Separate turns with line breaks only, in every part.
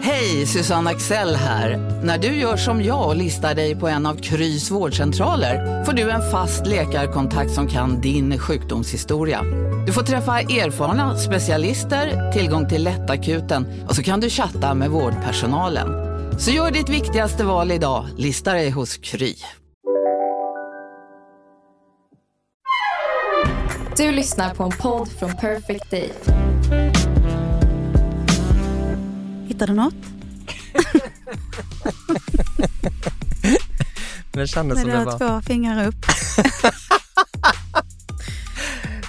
Hej, Susanne Axel här. När du gör som jag och listar dig på en av Krys vårdcentraler får du en fast läkarkontakt som kan din sjukdomshistoria. Du får träffa erfarna specialister, tillgång till lättakuten och så kan du chatta med vårdpersonalen. Så gör ditt viktigaste val idag, listar dig hos Kry.
Du lyssnar på en podd från Perfect Day.
Hittar du något?
Det kändes
När
som
du
det
har
var...
två fingrar upp.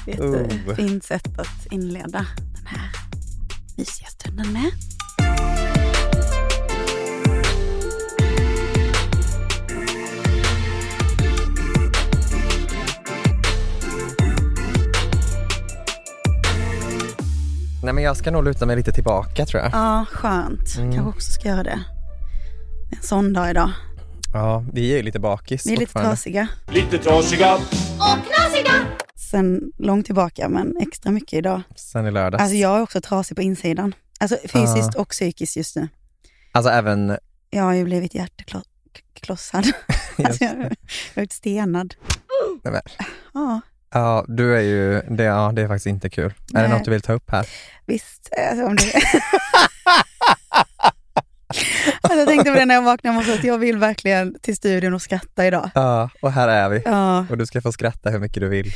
Det är ett
Oh.
fint sätt att inleda den här mysiga stunden med.
Nej men jag ska nog luta mig lite tillbaka tror jag.
Ja, skönt.
Mm.
Kanske också ska göra det. Det är en sån dag idag.
Ja, vi är ju lite bakis
Vi är lite
fortfarande.
trasiga
Lite trasiga,
sen långt tillbaka, men extra mycket idag.
Sen i lördags.
Alltså
Alltså,
jag är också trasig på insidan. Alltså fysiskt och psykiskt just nu.
Alltså, även...
Jag har ju blivit hjärteklossad.
Just
Alltså jag jag
det.
har blivit stenad.
Nej, men,
Ja,
ja, du är ju... Det, ja, det är faktiskt inte kul. Är det
Nej.
något du vill ta upp här?
visst. Alltså, om det... alltså, jag tänkte på det när jag vaknade i morse, att jag vill verkligen till studion och skratta idag.
Ja, och här är vi.
Ja,
Och du ska få skratta hur mycket du vill.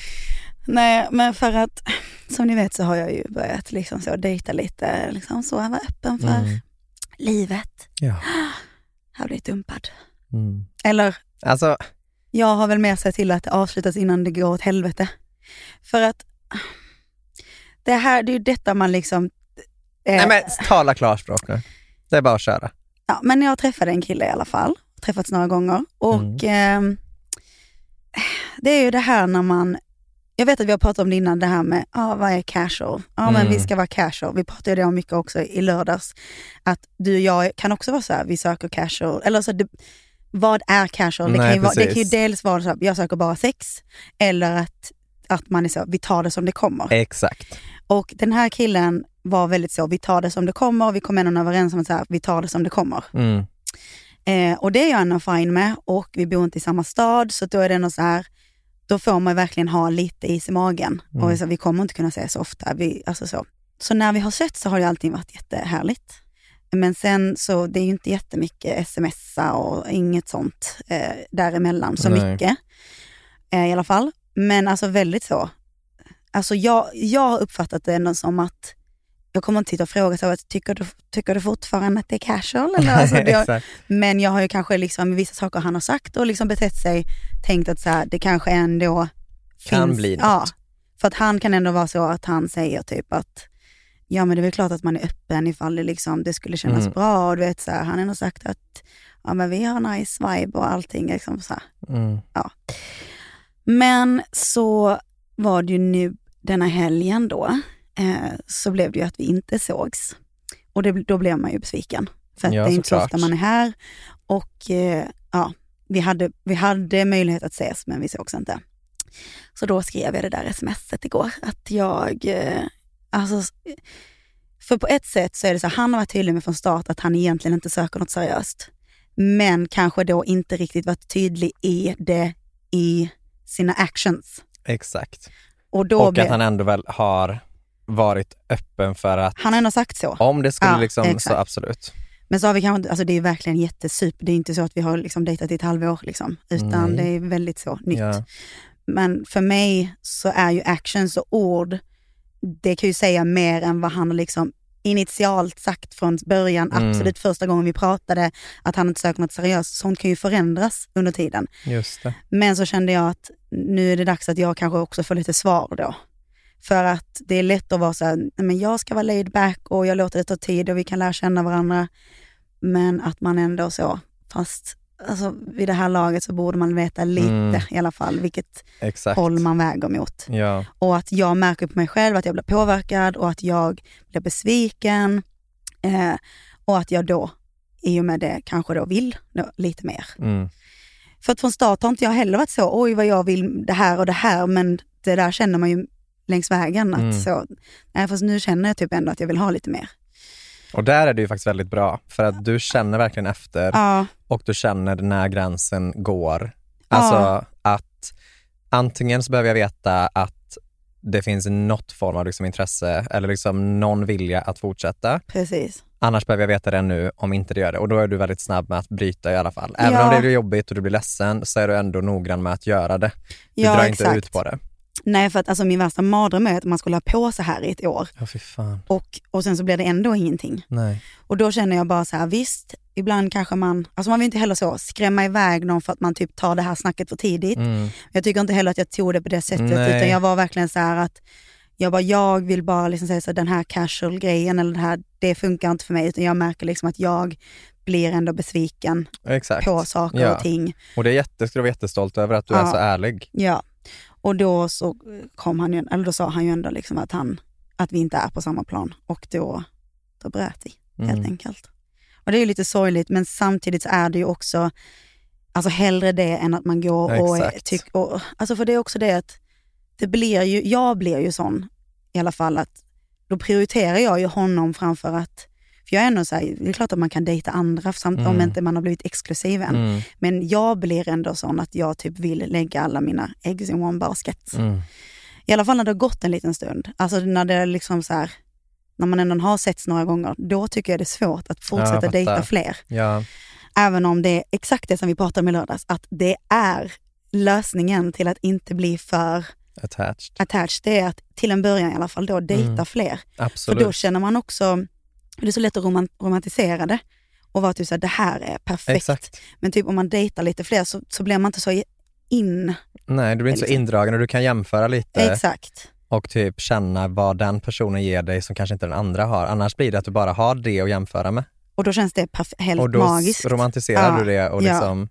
nej men för att som ni vet så har jag ju börjat liksom så dejta lite, liksom så vara öppen för
Mm.
livet.
Ja.
Jag har blivit dumpad.
Mm.
Eller
Alltså,
Jag har väl med sig till att det avslutas innan det går åt helvete. För att det här, det är ju detta man liksom... eh,
nej men tala klarspråk nu. Det är bara att köra.
ja, men jag träffade en kille i alla fall, träffats några gånger.
Mm.
Och ehm, det är ju det här när man, jag vet att vi har pratat om det innan, det här med ah, vad är casual? Ja men
Mm.
vi ska vara casual, vi pratade ju det om mycket också i lördags. Att du och jag kan också vara så här, vi söker casual, eller så det, vad är casual? Det,
Nej,
kan ju vara, det kan ju
precis.
dels vara så här, jag söker bara sex, eller att, att man är så, vi tar det som det kommer.
Eh. Exakt.
Och den här killen var väldigt så, vi tar det som det kommer, vi kom ändå överens om att så här, vi tar det som det kommer.
Mm.
Eh, och det är jag ändå fine med och vi bor inte i samma stad så då är det ändå så här, då får man verkligen ha lite is i magen.
Mm.
Och så, vi kommer inte kunna ses så ofta. Vi, alltså så. så när vi har sett så har det alltid varit jättehärligt. Men sen så det är ju inte jättemycket smsa och inget sånt eh, däremellan så
Nej.
mycket eh, i alla fall. Men alltså väldigt så. Alltså jag, jag har uppfattat det ändå som att jag kommer inte sitta och fråga så att, tycker, du, tycker du fortfarande att det är casual? Eller? Alltså, det,
Exakt.
men jag har ju kanske liksom, vissa saker han har sagt och liksom betett sig, tänkt att så här, det kanske ändå
Kan
finns.
bli något.
Ja, för att han kan ändå vara så att han säger typ att ja men det är väl klart att man är öppen ifall det, liksom, det skulle kännas
Mm.
bra. Och du vet, så här, han har ändå sagt att ja, men vi har nice vibe och allting. Liksom, så här.
Mm.
Men så var det ju nu denna helgen då, eh, så blev det ju att vi inte sågs. Och det, då blev man ju besviken. För att
Ja,
det är inte så
såklart.
ofta man är här. Och eh, ja, vi hade, vi hade möjlighet att ses men vi sågs inte. Så då skrev jag det där smset igår att jag, eh, alltså, för på ett sätt så är det så här, han har varit tydlig med från start att han egentligen inte söker något seriöst. Men kanske då inte riktigt varit tydlig i det i sina actions.
Exakt.
Och då
Och
blev,
att han ändå väl har varit öppen för att
han har ändå sagt så.
om det skulle
Ja,
liksom, så
exakt.
absolut.
Men så har vi kanske inte, alltså det är verkligen jättesup, det är inte så att vi har liksom dejtat i ett halvår liksom, utan
Nej.
det är väldigt så nytt.
Ja.
Men för mig så är ju actions och ord, det kan ju säga mer än vad han har liksom initialt sagt från början,
Mm.
absolut första gången vi pratade, att han inte söker något seriöst. Sånt kan ju förändras under tiden.
Just det.
Men så kände jag att nu är det dags att jag kanske också får lite svar då. För att det är lätt att vara så här, "Nej, men jag ska vara laid back och jag låter det ta tid och vi kan lära känna varandra. Men att man ändå så, fast alltså, vid det här laget så borde man veta lite
Mm.
i alla fall vilket
Exakt.
håll man väger mot.
Ja,
Och att jag märker på mig själv att jag blir påverkad och att jag blir besviken. Eh, och att jag då i och med det kanske då vill nå- lite mer.
mm.
För att från start har inte jag heller varit så, oj vad jag vill det här och det här, men det där känner man ju längs vägen. Att
Mm.
så, nej, fast nu känner jag typ ändå att jag vill ha lite mer.
Och där är det ju faktiskt väldigt bra, för att du känner verkligen efter
Ja,
och du känner när gränsen går. Alltså att antingen så behöver jag veta att det finns något form av liksom intresse eller liksom någon vilja att fortsätta.
precis.
Annars behöver jag veta det nu om inte det gör det. Och då är du väldigt snabb med att bryta i alla fall. Även
Ja.
om det blir jobbigt och du blir ledsen så är du ändå noggrann med att göra det. Du
Ja,
drar
exakt.
inte ut på det.
Nej, för att alltså, min värsta mardröm är att man skulle ha på så här i ett år
Ja, fy fan.
och, och sen så blir det ändå ingenting.
Nej.
Och då känner jag bara så här, visst, ibland kanske man, alltså man vill inte heller så skrämma iväg någon för att man typ tar det här snacket för tidigt.
Mm.
Jag tycker inte heller att jag tog det på det sättet,
Nej.
utan jag var verkligen så här att jag bara, jag vill bara liksom säga så här, den här casual grejen eller det här, det funkar inte för mig, utan jag märker liksom att jag blir ändå besviken
Exakt.
på saker
Ja.
och ting.
Och det är jätte, ska du vara jättestolt över att du är
Ja.
så ärlig.
Ja. Och då så kom han ju, eller då sa han ju ändå liksom att han, att vi inte är på samma plan och då, då bröt vi. helt
Mm.
enkelt. Och det är ju lite sorgligt men samtidigt så är det ju också, alltså hellre det än att man går och,
Exakt.
tyck, och alltså för det är också det att det blir ju, jag blir ju sån i alla fall att då prioriterar jag ju honom framför att, för jag är ändå såhär, det är klart att man kan dejta andra samt om
Mm.
inte man har blivit exklusiv än.
Mm.
Men jag blir ändå sån att jag typ vill lägga alla mina eggs in one basket.
Mm.
I alla fall när det har gått en liten stund. Alltså när det är liksom så här, när man ändå har setts några gånger, då tycker jag det är svårt att
Ja,
fortsätta
jag fattar.
dejta fler.
Ja.
Även om det är exakt det som vi pratade om i lördags, att det är lösningen till att inte bli för
Attached.
attached, det är att till en början i alla fall då dejta
Mm.
fler. För
Absolut.
då känner man också, det är så lätt att roman- romantisera det och vara typ såhär, det här är perfekt.
Exakt.
Men typ om man dejtar lite fler så, så blir man inte så in,
Nej, du blir inte så
Exakt.
indragen och du kan jämföra lite
exakt.
och typ känna vad den personen ger dig som kanske inte den andra har. Annars blir det att du bara har det att jämföra med.
Och då känns det perf- helt
Och då s-
magiskt.
romantiserar
Ja,
du det och,
ja,
liksom,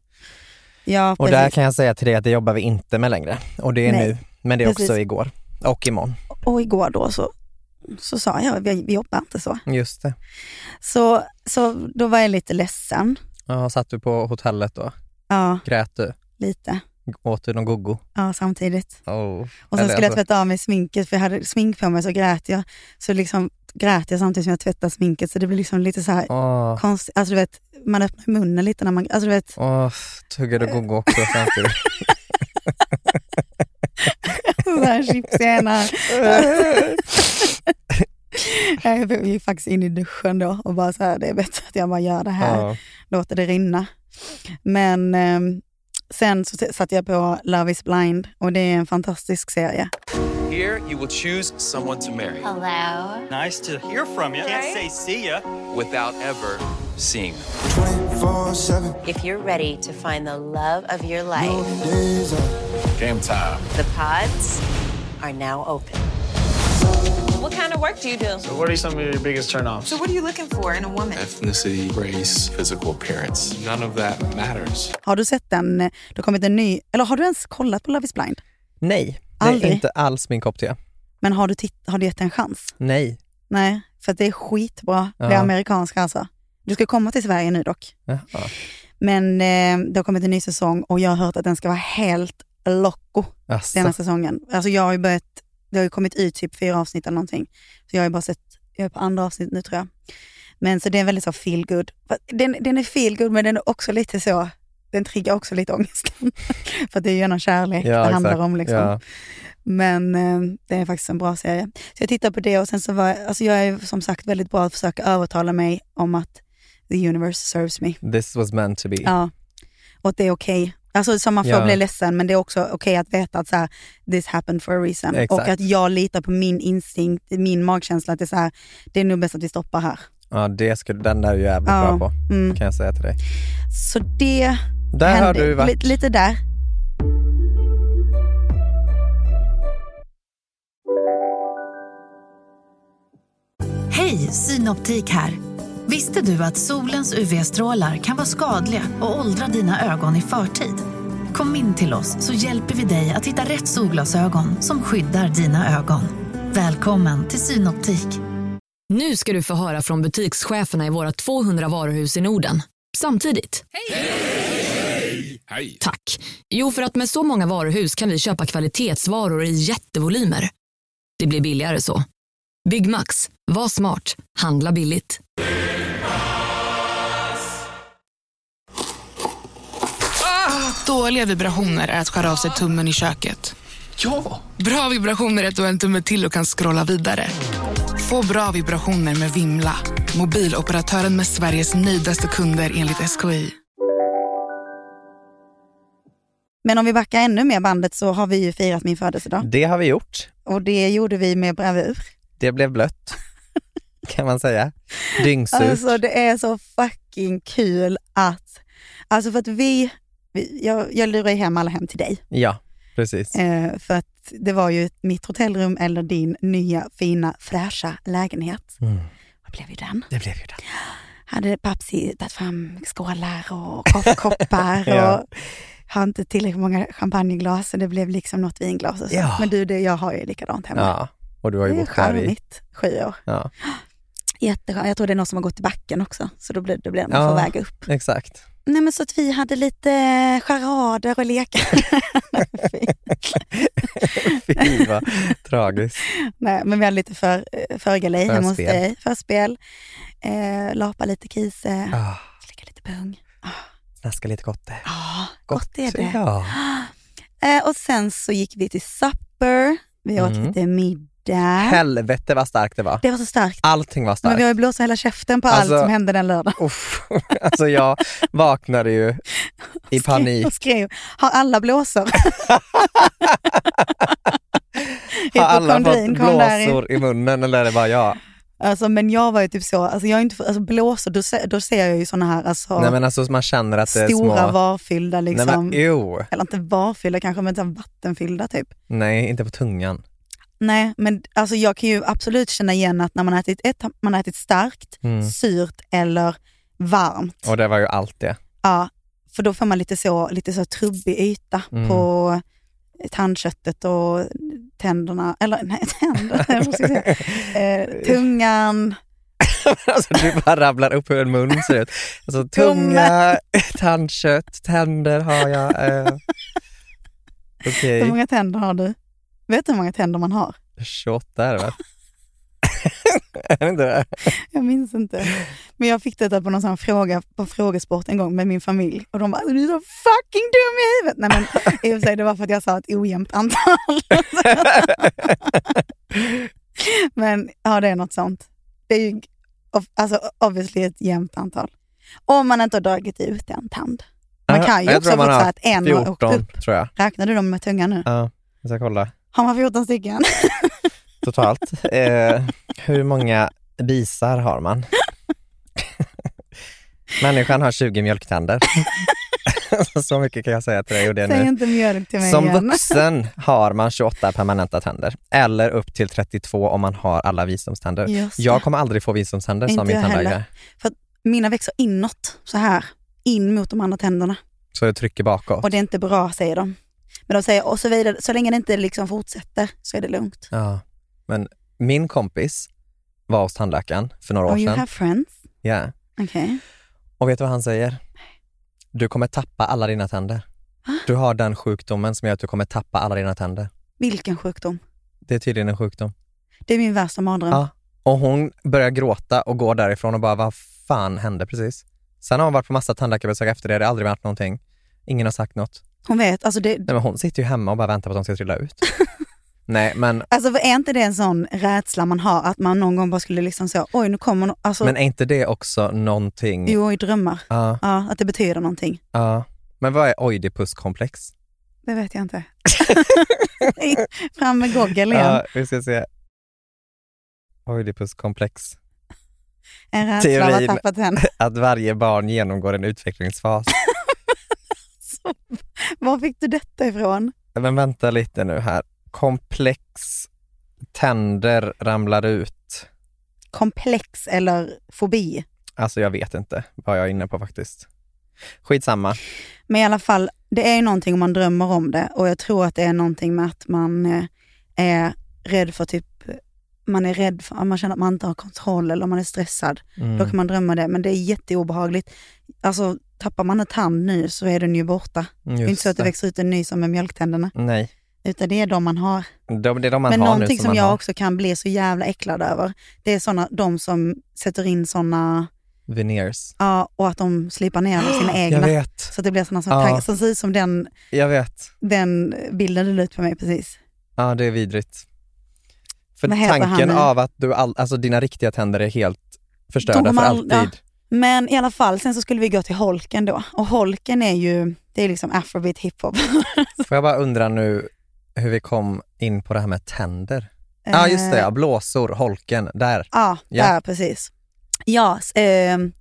ja,
och
precis.
där kan jag säga till dig att det jobbar vi inte med längre. Och det är
Nej.
nu, men det är också
Precis.
igår och imorgon.
Och igår då så, så sa jag, vi, vi jobbar inte så.
Just det.
så. Så då var jag lite ledsen.
Ja, satt du på hotellet då?
Ja,
Grät du?
lite.
Åt du någon gogo?
Ja, samtidigt.
Oh.
Och sen
Eller
skulle jag
alltså-
tvätta av mig sminket, för jag hade smink på mig så grät jag. Så liksom grät jag samtidigt som jag tvättade sminket, så det blev liksom lite så här
Åh,
konstigt. Alltså du vet, man öppnar munnen lite när man, alltså du vet,
åh, tuggade gogo också samtidigt.
så här chips i ena. Jag gick faktiskt in i duschen då och bara så här, det är bättre att jag bara gör det här.
Ja.
låter det rinna. Men ehm, sen så t- satte jag på Love is blind och det är en fantastisk serie.
Here, you will choose someone to marry
Nice to hear from you. Can't say see ya.
without ever seeing them.
If you're ready to find the love of your life,
Game time.
the pods are now open. What kind of work do you do?
What are some of your biggest turnoffs?
What are you looking for in a woman?
Ethnicity, race, physical appearance. None of that matters.
Har du sett den? Det har kommit en ny, eller har du ens kollat på Love is blind?
Nej, det
Aldrig.
är inte alls min kopp te.
Men har du, titt- har du gett den en chans?
Nej.
Nej, för att det är skitbra. Det är
Ja.
amerikanska alltså. Du ska komma till Sverige nu dock.
Jaha.
Men eh, det har kommit en ny säsong och jag har hört att den ska vara helt loco
Alltså.
denna säsongen. Alltså jag har ju börjat, det har ju kommit ut typ fyra avsnitt eller någonting. Så jag har ju bara sett, jag är på andra avsnitt nu tror jag. Men så det är väldigt så feel good. Fast Den, den är feel good men den är också lite så, den triggar också lite ångesten. För att det är ju gärna kärlek
Ja,
det handlar
exakt.
om liksom.
Ja.
Men eh, det är faktiskt en bra serie. Så jag tittar på det och sen så var, alltså jag är som sagt väldigt bra att försöka övertala mig om att the universe serves me.
This was meant to be.
Ja, och att det är okej. Alltså som man får
Ja.
bli ledsen men det är också okej att veta att så här, this happened for a reason.
Exakt.
Och att jag litar på min instinkt, min magkänsla att det är så här, det är nog bäst att vi stoppar här.
Ja, det skulle, den där är ju jävligt
Ja,
bra på,
mm.
kan jag säga till dig.
Så det
Där har
hände,
du varit.
li- lite där.
Hej, Synoptik här. Visste du att solens UV-strålar kan vara skadliga och åldra dina ögon i förtid? Kom in till oss så hjälper vi dig att hitta rätt solglasögon som skyddar dina ögon. Välkommen till Synoptik.
Nu ska du få höra från butikscheferna i våra 200 varuhus i Norden. Samtidigt. Hej! Hej! Hej! Tack. Jo, för att med så många varuhus kan vi köpa kvalitetsvaror i jättevolymer. Det blir billigare så. Byggmax. Var smart. Handla billigt.
Ah, dåliga vibrationer är att skära av sig tummen i köket.
Ja!
Bra vibrationer är att du har en tumme till och kan scrolla vidare. Få bra vibrationer med Vimla. Mobiloperatören med Sveriges nöjdaste kunder enligt SKI.
Men om vi backar ännu mer bandet så har vi ju firat min födelsedag.
Det har vi gjort.
Och det gjorde vi med bravur.
Det blev blött, kan man säga. Dyngsurt.
Alltså det är så fucking kul att, alltså för att vi, vi jag, jag lurar ju hem alla hem till dig.
Ja, precis.
Eh, för att det var ju mitt hotellrum eller din nya fina fräscha lägenhet. Mm. Vad blev ju den?
Det blev ju den.
Hade Papsi tagit fram skålar och kaffekoppar ja. och har inte tillräckligt många champagneglas så det blev liksom något vinglas och så. Ja. Men du, det, jag har ju likadant hemma.
Ja. Och du har ju
det är
bott här i...
sju år. Ja. Jätteskönt. Jag tror det är någon som har gått i backen också, så då blir, då blir det man ja, får väga upp.
Exakt.
Nej men så att vi hade lite eh, charader och lekar.
Fy vad tragiskt.
Nej men vi hade lite för, förgalej hemma hos dig. Förspel. Eh, lapa lite kise. Ah. Slicka lite pung. Ah.
Snaska lite kotte.
Ah, gott, gott är det. Ja. Eh, och sen så gick vi till supper. Vi åt mm. lite middag.
Helvete vad starkt det var.
Det var så starkt.
Allting var starkt.
Men vi har ju blåst hela käften på alltså, allt som hände den lördagen. Uff,
alltså jag vaknade ju i panik.
Och skrev, har alla blåsor?
har alla fått blåsor i munnen eller är det bara jag?
Alltså, men jag var ju typ så, alltså, jag är inte, alltså, blåsor, då, då ser jag ju sådana här alltså,
Nej, men alltså, man känner att det är
stora
små...
varfyllda. Liksom. Nej, men,
ew.
Eller inte varfyllda kanske, men så vattenfyllda typ.
Nej, inte på tungan.
Nej, men alltså jag kan ju absolut känna igen att när man har ätit, ett, man har ätit starkt, mm. syrt eller varmt.
Och det var ju allt det.
Ja, för då får man lite så, lite så trubbig yta mm. på tandköttet och tänderna, eller nej tänderna, eh, tungan.
alltså du bara rabblar upp hur en mun ser ut. Alltså tunga, tandkött, tänder har jag. Eh. Okay.
Hur många tänder har du? Vet du hur många tänder man har?
28 är det väl? är det inte det?
Jag minns inte. Men jag fick detta på någon sån fråga på frågesport en gång med min familj och de bara, du är så fucking dum i huvudet. Nej men i och för sig, det var för att jag sa ett ojämnt antal. men ja, det är något sånt. Det är ju alltså, obviously ett jämnt antal. Om man inte har dragit ut en tand. Man kan ju
jag
också ha fått så att en har åkt upp.
Tror jag.
Räknar du dem med tungan nu?
Ja. Jag ska kolla.
Har man 14 stycken?
Totalt. Eh, hur många bisar har man? Människan har 20 mjölktänder. Så mycket kan jag säga till dig och det
Säg
nu.
inte mjölk till mig
Som
igen.
vuxen har man 28 permanenta tänder. Eller upp till 32 om man har alla visdomständer.
Just
jag kommer aldrig få visdomständer, sa min tandläkare.
För mina växer inåt, så här. In mot de andra tänderna.
Så det trycker bakåt?
Och det är inte bra, säger de. Men de säger, och så vidare, så länge det inte liksom fortsätter så är det lugnt.
Ja, men min kompis var hos tandläkaren för några år
oh, you
sedan.
you have friends?
Ja. Yeah.
Okay.
Och vet du vad han säger? Du kommer tappa alla dina tänder. Va? Du har den sjukdomen som gör att du kommer tappa alla dina tänder.
Vilken sjukdom?
Det är tydligen en sjukdom.
Det är min värsta mardröm.
Ja. Och hon börjar gråta och går därifrån och bara, vad fan hände precis? Sen har hon varit på massa tandläkarbesök efter det, det har aldrig varit någonting. Ingen har sagt något.
Hon vet, alltså det...
Nej, men hon sitter ju hemma och bara väntar på att de ska trilla ut. Nej, men...
Alltså är inte det en sån rädsla man har, att man någon gång bara skulle liksom säga, oj nu kommer no alltså...
Men är inte det också någonting?
Jo, i drömmar. Ja. ja att det betyder någonting.
Ja. Men vad är oidipuskomplex?
Det vet jag inte. Fram med Google igen. Ja,
vi ska se. Oidipuskomplex.
En rädsla Teorin har tappat henne.
att varje barn genomgår en utvecklingsfas.
Var fick du detta ifrån?
Men vänta lite nu här. Komplex tänder ramlar ut.
komplex eller fobi?
Alltså jag vet inte vad jag är inne på faktiskt. Skitsamma.
Men i alla fall, det är ju någonting om man drömmer om det och jag tror att det är någonting med att man eh, är rädd för typ man är rädd för, man känner att man inte har kontroll eller man är stressad,
Mm.
då kan man drömma det. Men det är jätteobehagligt. Alltså tappar man en tand nu så är den ju borta. det är
Just
inte så att det
det.
växer ut en ny som med mjölktänderna.
Nej,
Utan det är de man har.
de, det är de man
Men
har nu
någonting
som,
som
man
jag
har.
också kan bli så jävla äcklad över, det är såna, de som sätter in sådana,
Veneers.
ja, och att de slipar ner sina egna.
vet.
Så att det blir sådana som,
Ja.
tagg- som ser ut som den,
Jag vet.
den bilden du la ut på mig precis.
Ja, det är vidrigt. För
Vad heter han
tanken
nu?
av att du all, alltså dina riktiga tänder är helt förstörda
Tog
för
man-
alltid.
ja. Men i alla fall, sen så skulle vi gå till holken då. Och holken är ju, det är liksom afrobeat hiphop.
Får jag bara undra nu hur vi kom in på det här med tänder? Ja, ah,
Eh,
just det. Ja. Blåsor, holken, där.
Ja,
Ja.
där precis. Ja, s- ehm,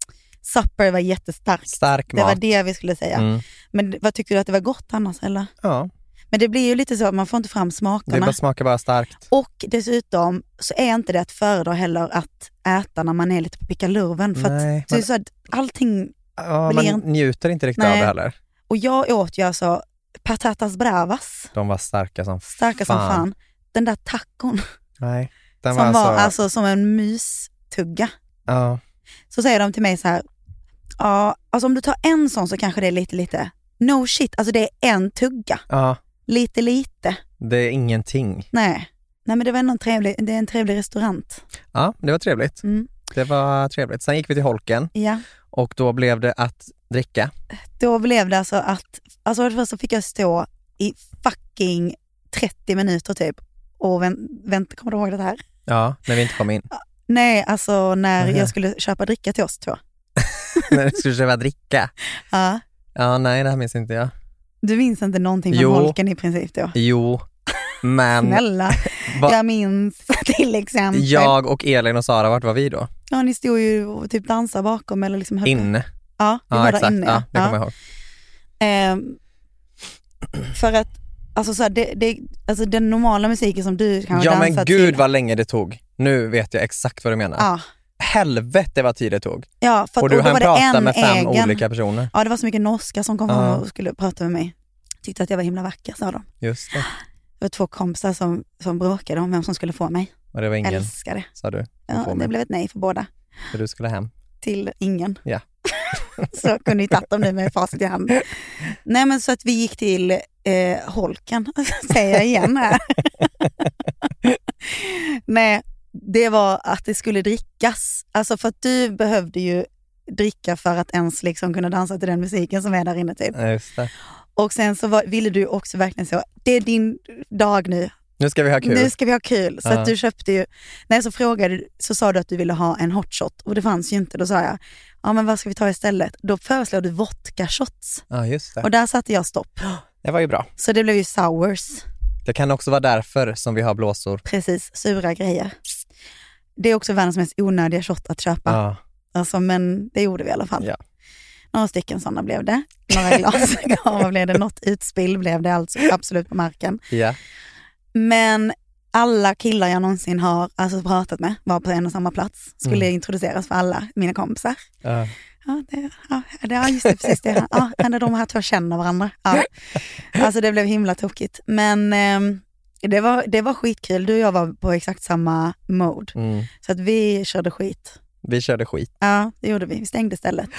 supper var jättestarkt.
Stark
Det var
mat.
det vi skulle säga.
Mm.
Men d- vad tyckte du att det var gott annars eller?
Ja,
Men det blir ju lite så att man får inte fram
det
smakerna.
bara smakar bara starkt.
Och dessutom så är inte det att föredra heller att äta när man är lite på pickalurven. För
Nej,
att, det är
man-
så att allting,
Ja, man
blir inte-
njuter inte riktigt av
Nej.
det heller.
och jag åt ju alltså patatas bravas,
De var starka som
starka som fan. Den där tacon
Nej, den
som
var,
var
alltså...
alltså som en mystugga.
Ja,
så säger de till mig så här, ja, alltså om du tar en sån så kanske det är lite lite. No shit, alltså det är en tugga.
ja,
Lite lite.
det är ingenting.
Nej. Nej men det var ändå en trevlig, det är en trevlig restaurant.
Ja, det var trevligt.
Mm.
Det var trevligt. Sen gick vi till holken
Ja.
och då blev det att dricka.
Då blev det alltså att, alltså för det första fick jag stå i fucking 30 minuter typ och vänt, vänt, kommer du ihåg det här?
Ja, när vi inte kom in.
Nej, alltså när
Mhm.
jag skulle köpa dricka till oss två.
när vi skulle köpa dricka.
Ja.
Ja, nej, det här minns inte jag.
Du minns inte någonting från
Jo.
holken i princip då?
Jo, men
Snälla,
Va-
jag minns till exempel.
jag och Elin och Sara, vart var vi då?
Ja, ni stod ju och typ dansade bakom eller liksom höll på.
Inne.
Ja, vi var
Ja, exakt.
där inne.
Ja, det kommer jag ihåg.
Ehm, för att, alltså, så här, det, det, alltså den normala musiken som du kanske
Ja,
dansar
men gud
till.
vad länge det tog. Nu vet jag exakt vad du menar.
Ja,
Helvete vad tid det tog.
ja för att,
och du
då
hann
var det
prata
en
med fem
egen.
olika personer.
Ja, det var så mycket norska som kom
Ja.
fram och skulle prata med mig. Tyckte att jag var himla vacker, sa de.
Just det.
Det var två kompisar som, som bråkade om vem som skulle få mig.
Och det var ingen,
Älskar det.
sa du. Du får
Ja, det
mig.
blev ett nej för båda.
För du skulle hem.
Till ingen.
Ja.
så jag kunde ju tagit dem nu med facit i hand. Nej men så att vi gick till eh, holken, säger jag igen här. Nej, det var att det skulle drickas. Alltså för att du behövde ju dricka för att ens liksom kunna dansa till den musiken som är där inne typ.
Ja, just det.
Och sen så var, ville du också verkligen så, det är din dag nu,
Nu ska vi ha kul.
nu ska vi ha kul. Så
Ja.
att du köpte ju, nej så frågade du- så sa du att du ville ha en hot shot och det fanns ju inte. Då sa jag, ja men vad ska vi ta istället? Då föreslog du vodka shots
Ja, just
och
det.
där satte jag stopp.
Det var ju bra.
Så det blev ju sours,
Det kan också vara därför som vi har blåsor.
precis, sura grejer. Det är också världens mest onödiga shot att köpa.
Ja.
Alltså, men det gjorde vi i alla fall.
Ja.
Några stycken sådana blev det. Några glas gav blev det. Något utspill blev det alltså absolut på marken.
ja.
Men alla killar jag någonsin har alltså, pratat med var på en och samma plats. Skulle
Mm.
introduceras för alla mina kompisar.
Ja.
Ja, det, ja, det, ja just det, precis det. Ja, när de här två känner varandra. Ja. Alltså det blev himla tokigt. Men ehm, det, var, det var skitkul. Du och jag var på exakt samma mode.
Mm.
Så att vi körde skit.
Vi körde skit.
Ja, det gjorde vi. Vi stängde stället.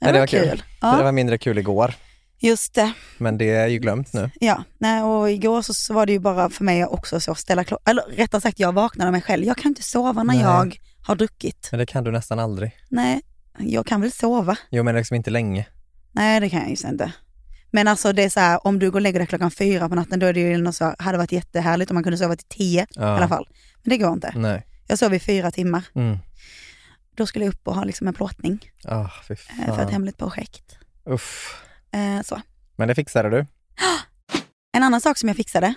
Ja, det var kul. Det
Ja,
var mindre kul igår,
just det.
men det är ju glömt nu.
Ja, nej, och igår så, så var det ju bara för mig också så att ställa klockan, eller rättare sagt jag vaknade mig själv. Jag kan inte sova när
Nej.
jag har druckit.
Men det kan du nästan aldrig.
Nej, jag kan väl sova?
Jo, men liksom inte länge.
Nej, det kan jag just inte. Men alltså det är så här, om du går och lägger dig klockan fyra på natten, då är det ju något så, hade varit jättehärligt om man kunde sova till tio i
Ja.
alla fall. Men det går inte.
Nej.
Jag sov i fyra timmar.
Mm.
Då skulle jag upp och ha liksom en plåtning
Ah, fy
eh, för ett
fan.
hemligt projekt.
Uff.
Eh, så.
Men det fixade du.
En annan sak som jag fixade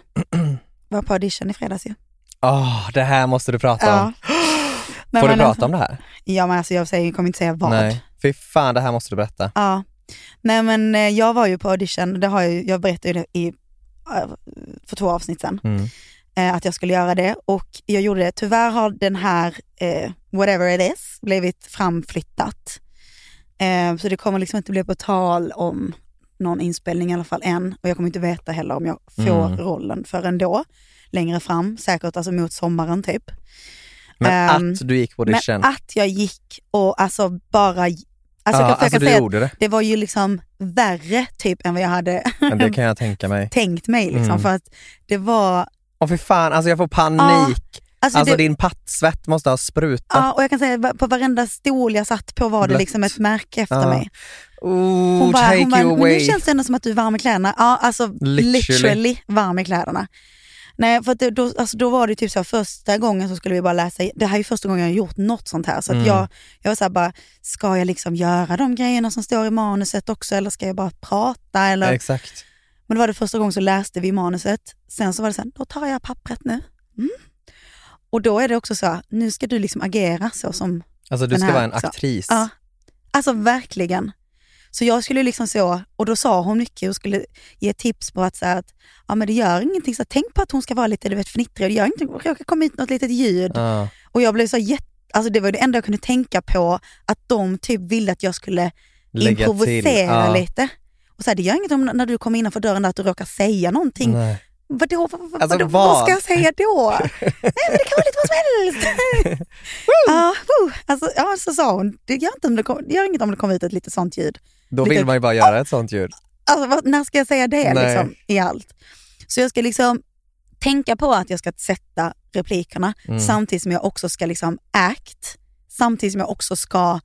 var på audition i fredags ju.
Ah, det här måste du prata om.
Nej,
Får du
men
prata
alltså-
om det här?
Ja men alltså jag säger, jag kommer inte säga vad.
Nej. Fy fan, det här måste du berätta.
Ja. Nej men eh, jag var ju på audition, det har jag, ju- jag berättade ju det i, eh, för två avsnitt sedan.
Mm.
eh, att jag skulle göra det och jag gjorde det. Tyvärr har den här, eh, whatever it is, blivit framflyttat. Eh, så det kommer liksom inte bli på tal om någon inspelning i alla fall än och jag kommer inte veta heller om jag får
Mm.
rollen förrän då, längre fram, säkert alltså mot sommaren typ.
Men
Ehm,
att du gick på audition.
Men att jag gick och alltså bara... Alltså,
Ja,
jag försöker
alltså, du
säga att
gjorde det.
Det var ju liksom värre typ än vad jag hade
Men det kan jag tänka mig.
tänkt mig. Liksom,
Mm.
För att det var...
Åh fy fan, alltså jag får panik.
alltså
alltså
det-
din pattsvett måste ha sprutat.
Ja, och jag kan säga att på varenda stol jag satt på var det
Blött.
liksom ett märke efter
Ja.
mig.
Ah. Ooh,
Hon bara,
take
hon bara
you
men nu
away.
känns det ändå som att du är varm i kläderna. Ja, alltså literally,
Literally.
varm i kläderna. Nej, för att det, då, alltså, då var det typ så här, första gången så skulle vi bara läsa, det här är ju första gången jag har gjort något sånt här. Så att
Mm.
jag, jag var så här bara, ska jag liksom göra de grejerna som står i manuset också eller ska jag bara prata? Eller?
Exakt.
Men då var det första gången så läste vi manuset. Sen så var det så här, då tar jag pappret nu. Mm. Och då är det också så här, nu ska du liksom agera så som
Alltså du
den
ska
här
vara en
också.
aktris.
Ja. Alltså verkligen. Så jag skulle liksom så, och då sa hon mycket och skulle ge tips på att, så här, att ja, men det gör ingenting, så här, tänk på att hon ska vara lite du vet, fnittrig, det gör ingenting, det råkar komma ut något litet ljud.
Ja.
Och jag blev så jätte, alltså det var det enda jag kunde tänka på, att de typ ville att jag skulle
Lägga
improvisera
till, ja.
lite. Och så här, det gör inget om när du kommer innanför dörren att du råkar säga någonting.
Nej.
Vadå, vad, vad,
Alltså,
vadå, vad
vad?
ska jag säga då? helst. Ja, woo. alltså, ja, så sa hon, det gör, inte om det kom, det gör inget om det kommer ut ett litet sånt ljud.
Då
Lite-
vill man ju bara göra ett sånt ljud.
Alltså, vad, när ska jag säga det
Nej.
liksom, i allt? Så jag ska liksom tänka på att jag ska sätta replikerna
Mm.
samtidigt som jag också ska liksom act. Samtidigt som jag också ska,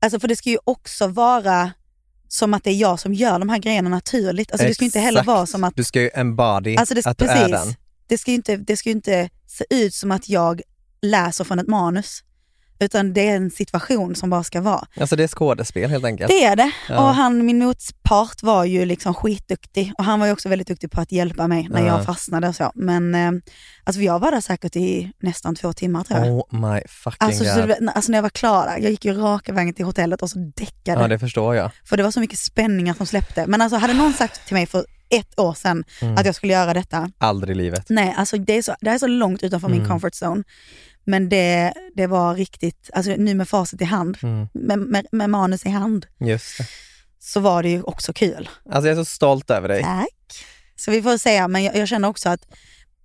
alltså för det ska ju också vara som att det är jag som gör de här grejerna naturligt. Alltså det ska ju inte heller
Exakt.
vara som att
Du ska ju embody
Alltså det,
att du är den.
precis. Det ska, ju inte, det ska ju inte se ut som att jag läser från ett manus. Utan det är en situation som bara ska vara.
Alltså det är skådespel helt enkelt.
Det är det.
Ja.
Och han, min motpart var ju liksom skitduktig och han var ju också väldigt duktig på att hjälpa mig när
Ja.
jag fastnade och så. Men eh, alltså jag var där säkert i nästan två timmar tror jag.
Oh my fucking
alltså, så,
god.
du vet, alltså när jag var klar, där, jag gick ju raka vägen till hotellet och så däckade.
Ja det förstår jag.
För det var så mycket spänningar som släppte. Men alltså hade någon sagt till mig för ett år sedan
Mm.
att jag skulle göra detta,
Aldrig i livet.
Nej, alltså det, är så, det här är så långt utanför min
Mm.
comfort zone. Men det, det var riktigt, alltså nu med facit i hand,
Mm.
med, med, med manus i hand,
Just det.
så var det ju också kul.
Alltså jag är så stolt över dig.
Tack. Så vi får säga, men jag, jag känner också att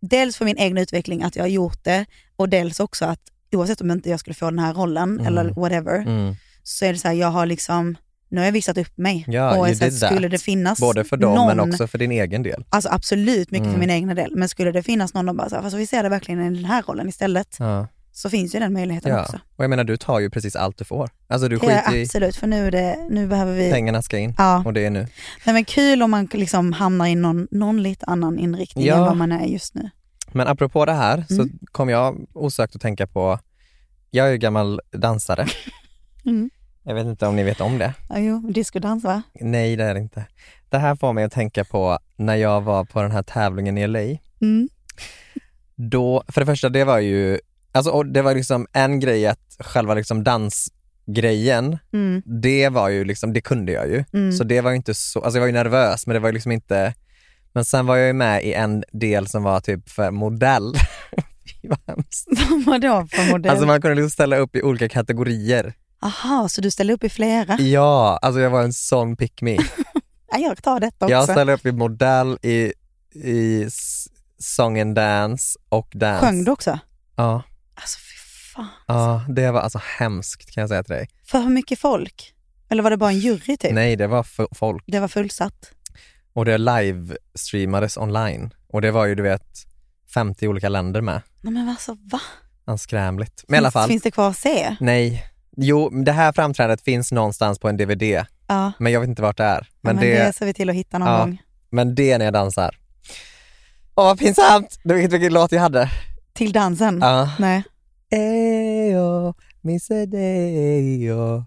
dels för min egen utveckling att jag har gjort det och dels också att oavsett om inte jag skulle få den här rollen
Mm.
eller whatever,
Mm.
så är det så här, jag har liksom, nu har jag visat upp mig.
Ja,
och
you
så här,
did that.
skulle det finnas
Både för dem
någon,
men också för din egen del.
Alltså absolut mycket för
Mm.
min egna del, men skulle det finnas någon som bara så här, fast vi ser det verkligen i den här rollen istället,
Ja.
så finns ju den möjligheten också.
ja. Och jag menar du tar ju precis allt du får. Alltså du
Ja,
skiter i
absolut, för nu, är det, nu behöver vi...
pengarna ska in
Ja.
och det är nu.
Nej, men kul om man liksom hamnar i någon, någon lite annan inriktning
Ja.
än vad man är just nu.
Men apropå det här så
Mm.
kom jag osökt att tänka på, jag är ju gammal dansare.
Mm.
Jag vet inte om ni vet om det?
Ja, jo, diskodans va?
Nej det är det inte. Det här får mig att tänka på när jag var på den här tävlingen i LA.
Mm.
Då, för det första det var ju, alltså och det var liksom en grej att själva liksom dansgrejen,
Mm.
det var ju liksom, det kunde jag ju.
Mm.
Så det var ju inte så, alltså jag var ju nervös men det var ju liksom inte, men sen var jag ju med i en del som var typ för modell. Fy, vad hemskt.
Vadå för modell?
Alltså man kunde liksom ställa upp i olika kategorier.
Aha, så du ställer upp i flera?
Ja, alltså jag var en sån pick me.
Ja, jag tar detta också.
Jag ställde upp i modell, i, i s- song and dance och dance.
Sjöng du också?
Ja.
Alltså fy fan.
ja, det var alltså hemskt kan jag säga till dig.
För hur mycket folk? Eller var det bara en jury typ?
Nej, det var f- folk
Det var fullsatt.
och det livestreamades online och det var ju du vet 50 olika länder med.
Nej men alltså va?
Anskrämligt. Men i alla
Finns-
fall.
Finns det kvar att se?
Nej. Jo, det här framträdandet finns någonstans på en DVD,
Ja.
men jag vet inte vart det är.
Men, men det... ser vi till att hitta någon
ja,
gång.
Men det är när jag dansar. Åh, vad pinsamt! Du vet vilken låt jag hade.
Till dansen?
Ja.
Nej.
Eyo, Mr Deyo.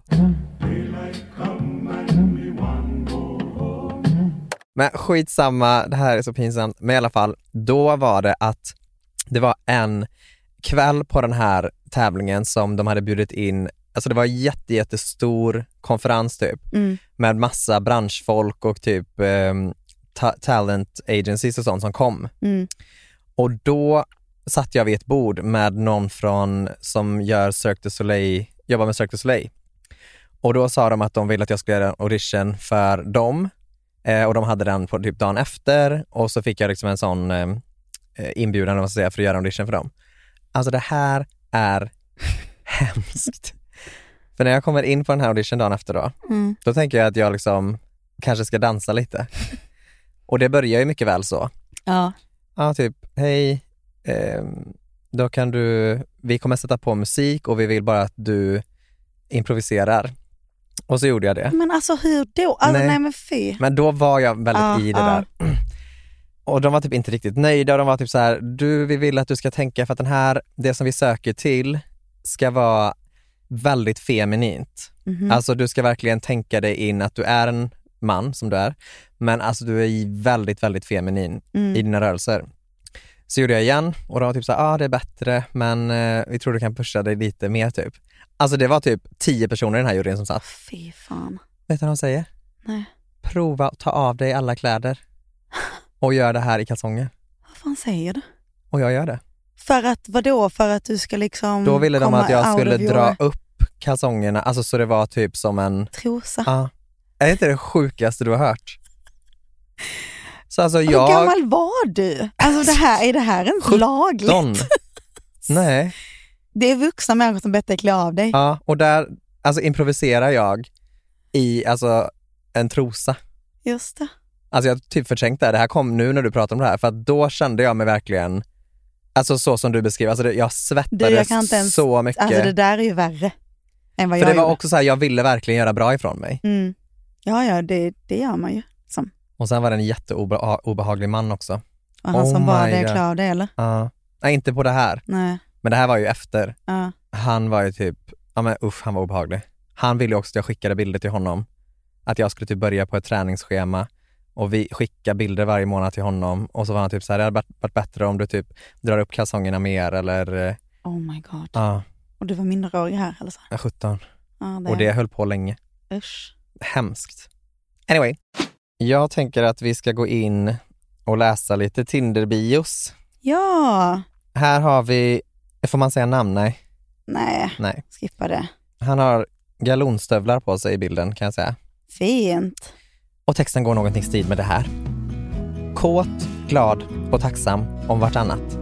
Men skitsamma, det här är så pinsamt. Men i alla fall, då var det att det var en kväll på den här tävlingen som de hade bjudit in, alltså det var en jätte, jättestor konferens typ
Mm.
med massa branschfolk och typ ehm, ta- talent agencies och sånt som kom.
Mm.
Och då satt jag vid ett bord med någon från, som gör Cirque du Soleil, jobbar med Cirque du Soleil. Och då sa de att de ville att jag skulle göra en audition för dem eh, och de hade den på typ dagen efter och så fick jag liksom en sån eh, inbjudan eller vad man ska säga, för att göra en audition för dem. Alltså det här är hemskt. För när jag kommer in på den här audition dagen efter då,
Mm.
då tänker jag att jag liksom kanske ska dansa lite. Och det börjar ju mycket väl så.
Ja.
Ja, typ, hej, ehm, då kan du, vi kommer sätta på musik och vi vill bara att du improviserar. Och så gjorde jag det.
Men alltså hur då? Alltså, nej.
Nej.
men fy.
Men då var jag väldigt
Ja,
i det
ja.
där. Och de var typ inte riktigt nöjda och de var typ så här, du vi vill att du ska tänka för att den här, det som vi söker till ska vara väldigt feminint.
Mhm.
Alltså du ska verkligen tänka dig in att du är en man som du är, men alltså du är i- väldigt, väldigt feminin
Mm.
i dina rörelser. Så gjorde jag igen och de var typ så här, ja ah, det är bättre men eh, vi tror du kan pusha dig lite mer typ. Alltså det var typ tio personer i den här juryn som satt.
Fy fan.
Vet du vad de säger?
Nej.
Prova att ta av dig alla kläder och gör det här i kalsonger.
Vad fan säger du?
Och jag gör det.
För att vadå? För att du ska liksom
Då ville de
komma
att jag
out
skulle
of your
dra upp kalsongerna, alltså så det var typ som en...
Trosa.
Ja. Är det inte det sjukaste du har hört? Så alltså
Hur
jag...
gammal var du? Alltså det här, är det här ens
Don.
lagligt?
Nej.
Det är vuxna människor som bett dig klä av dig.
Ja, och där alltså improviserar jag i alltså en trosa.
Just det.
Alltså jag har typ förträngt det här. Det här kom nu när du pratade om det här, för att då kände jag mig verkligen, alltså så som du beskriver, alltså det, jag
Du,
svettades
jag kan inte ens,
så mycket.
Alltså det där är ju värre än vad
för
jag
det var
gjorde.
också så här, jag ville verkligen göra bra ifrån mig.
Mm. Ja, ja, det, det gör man ju. Som.
Och sen var det en jätteobehaglig man också.
Och han
Oh
som bara,
my
det är
God.
klar det eller?
Ja. Nej, inte på det här.
Nej.
Men det här var ju efter.
Ja.
Han var ju typ, ja men usch han var obehaglig. Han ville ju också att jag skickade bilder till honom. Att jag skulle typ börja på ett träningsschema och vi skickar bilder varje månad till honom och så var han typ så här, det hade varit- varit bättre om du typ drar upp kalsongerna mer eller, eh,
Oh my god.
ja,
Och du var minderårig här eller så?
jag är 17.
Ja, det
Och det höll på länge.
Usch.
Hemskt. Anyway, jag tänker att vi ska gå in och läsa lite Tinder-bios.
Ja,
Här har vi, får man säga namn? Nej.
nej,
Nej.
skippa det.
Han har galonstövlar på sig i bilden kan jag säga.
Fint.
Och texten går någonting i stil med det här. Kåt, glad och tacksam om vartannat.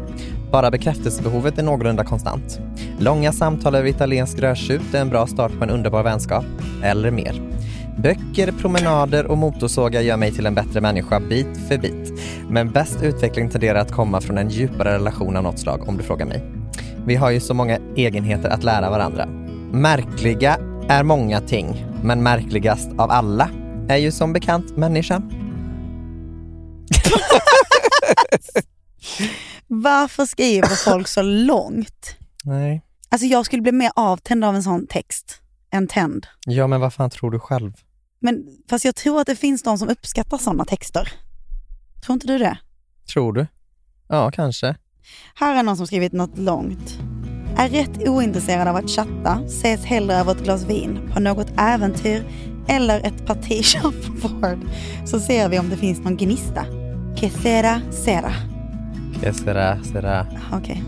Bara bekräftelsebehovet är någorlunda konstant. Långa samtal över italiensk rödtjut är en bra start på en underbar vänskap. Eller mer. Böcker, promenader och motorsågar gör mig till en bättre människa bit för bit. Men bäst utveckling tenderar att komma från en djupare relation av något slag om du frågar mig. Vi har ju så många egenheter att lära varandra. Märkliga är många ting, men märkligast av alla är ju som bekant människan.
Varför skriver folk så långt?
Nej.
Alltså jag skulle bli mer avtänd av en sån text än tänd.
Ja, men vad fan tror du själv?
Men fast jag tror att det finns de som uppskattar sådana texter. Tror inte du det?
Tror du? Ja, kanske.
Här är någon som skrivit något långt. Är rätt ointresserad av att chatta, ses hellre över ett glas vin, på något äventyr eller ett parti shuffleboard så ser vi om det finns någon gnista. Que sera, sera.
Que sera, sera.
Okej.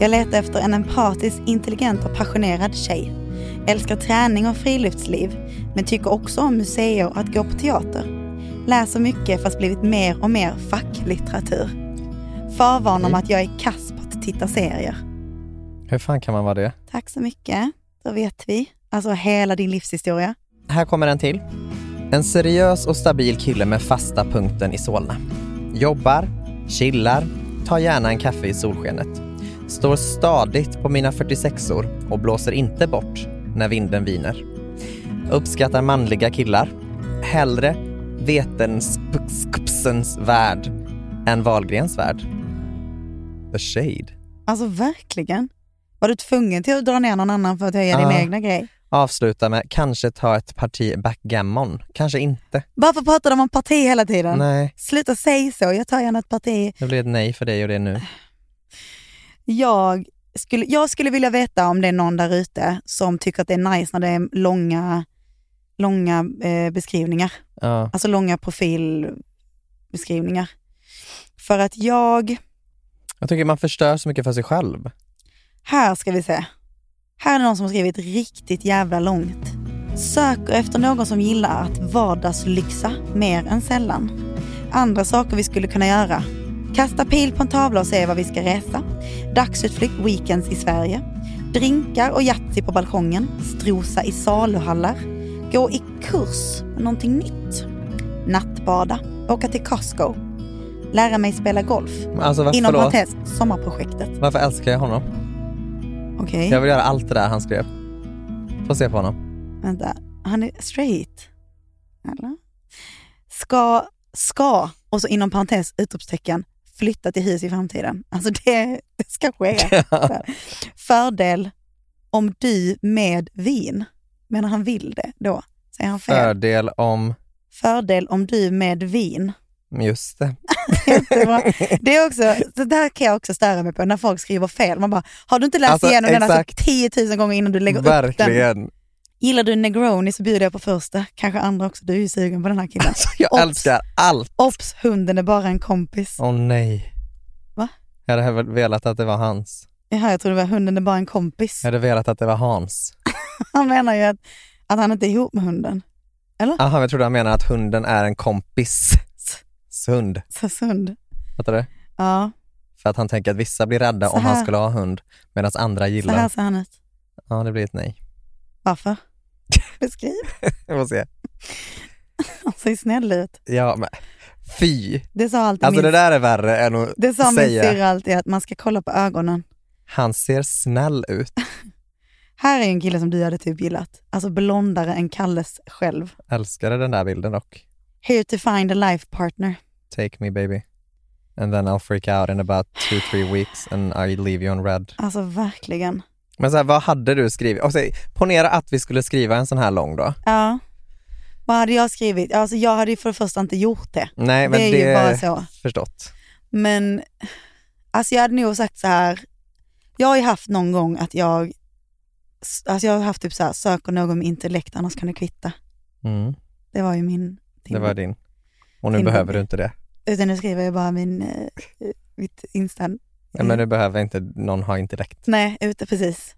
Jag letar efter en empatisk, intelligent och passionerad tjej. Älskar träning och friluftsliv, men tycker också om museer och att gå på teater. Läser mycket fast blivit mer och mer facklitteratur. Förvarnar om att jag är kass på att titta serier.
Hur fan kan man vara det?
Tack så mycket. Då vet vi. Alltså hela din livshistoria.
Här kommer en till. En seriös och stabil kille med fasta punkten i Solna. Jobbar, chillar, tar gärna en kaffe i solskenet. Står stadigt på mina 46or och blåser inte bort när vinden viner. Uppskattar manliga killar. Hellre vetenskapsens värld än Wahlgrens värld. The shade.
Alltså verkligen. Var du tvungen till att dra ner någon annan för att höja din
Ja.
egna grej?
Avsluta med kanske ta ett parti backgammon. Kanske inte.
Varför pratar de om parti hela tiden?
Nej.
Sluta säga så. Jag tar gärna ett parti.
Det blir ett nej för dig och det nu.
Jag skulle, jag skulle vilja veta om det är någon där ute som tycker att det är nice när det är långa, långa eh, beskrivningar.
Ja.
Alltså långa profilbeskrivningar. För att jag
Jag tycker man förstör så mycket för sig själv.
Här ska vi se. Här är någon som har skrivit riktigt jävla långt. Söker efter någon som gillar att vardagslyxa mer än sällan. Andra saker vi skulle kunna göra. Kasta pil på en tavla och se var vi ska resa. Dagsutflykt weekends i Sverige. Drinkar och Yatzy på balkongen. Strosa i saluhallar. Gå i kurs med någonting nytt. Nattbada. Åka till Costco. Lära mig spela golf.
Alltså, varför,
Inom
förlåt?
parentes, sommarprojektet.
Varför älskar jag honom?
Okej.
Jag vill göra allt det där han skrev. Få se på honom.
Vänta, han är straight? Eller? Ska, ska, och så inom parentes, utropstecken, flytta till hus i framtiden. Alltså det, det ska ske. Så här. Fördel om du med vin, menar han vill det då? Säger han fel?
Fördel om...
Fördel om du med vin.
Just det.
Jättebra. Det är också, det där kan jag också störa mig på, när folk skriver fel. Man bara, har du inte läst
Alltså,
igenom den alltså
exakt.
10 000 gånger innan du lägger upp den?
Verkligen.
Gillar du negroni så bjuder jag på första, kanske andra också. Du är ju sugen på den här killen.
Alltså, Jag
Obs.
älskar allt.
Ops, hunden är bara en kompis.
Åh nej.
Va?
Jag hade väl velat att det var hans.
Jaha, jag trodde det var hunden är bara en kompis.
Jag hade velat att det var Hans.
Han menar ju att, att han inte är ihop med hunden.
Aha, jag trodde han menade att hunden är en kompis. Hund.
Så sund.
Fattar du?
Ja,
För att han tänker att vissa blir rädda
Så
om han
här.
skulle ha hund, medan andra
så här
gillar.
ser han ut.
Ja, det blir ett nej.
Varför? Beskriv.
Jag får se.
Han ser snäll ut.
Ja, men fy.
Det sa alltid
Alltså
min,
det där är värre än att
det sa min
säga
syrra alltid, att man ska kolla på ögonen.
han ser snäll ut.
Här är ju en kille som du hade typ gillat. Alltså blondare än Kalles själv.
Älskade den där bilden dock.
Here to find a life partner.
Take me baby. And then I'll freak out in about two, three weeks and I leave you on red.
Alltså verkligen.
Men så här, vad hade du skrivit? Och så, ponera att vi skulle skriva en sån här lång då.
Ja. Vad hade jag skrivit? Alltså jag hade ju för det första inte gjort det.
Nej, men
det är
det
ju bara så.
Förstått.
Men alltså jag hade nog sagt så här, jag har ju haft någon gång att jag, alltså jag har haft typ så här, söker någon med intellekt annars kan du kvitta.
Mm,
Det var ju min
det var din. Och nu
Din
behöver
baby.
du inte det.
Utan nu skriver jag bara min, eh, mitt Insta. Mm.
Ja, men nu behöver inte någon ha intellekt.
Nej, ute precis.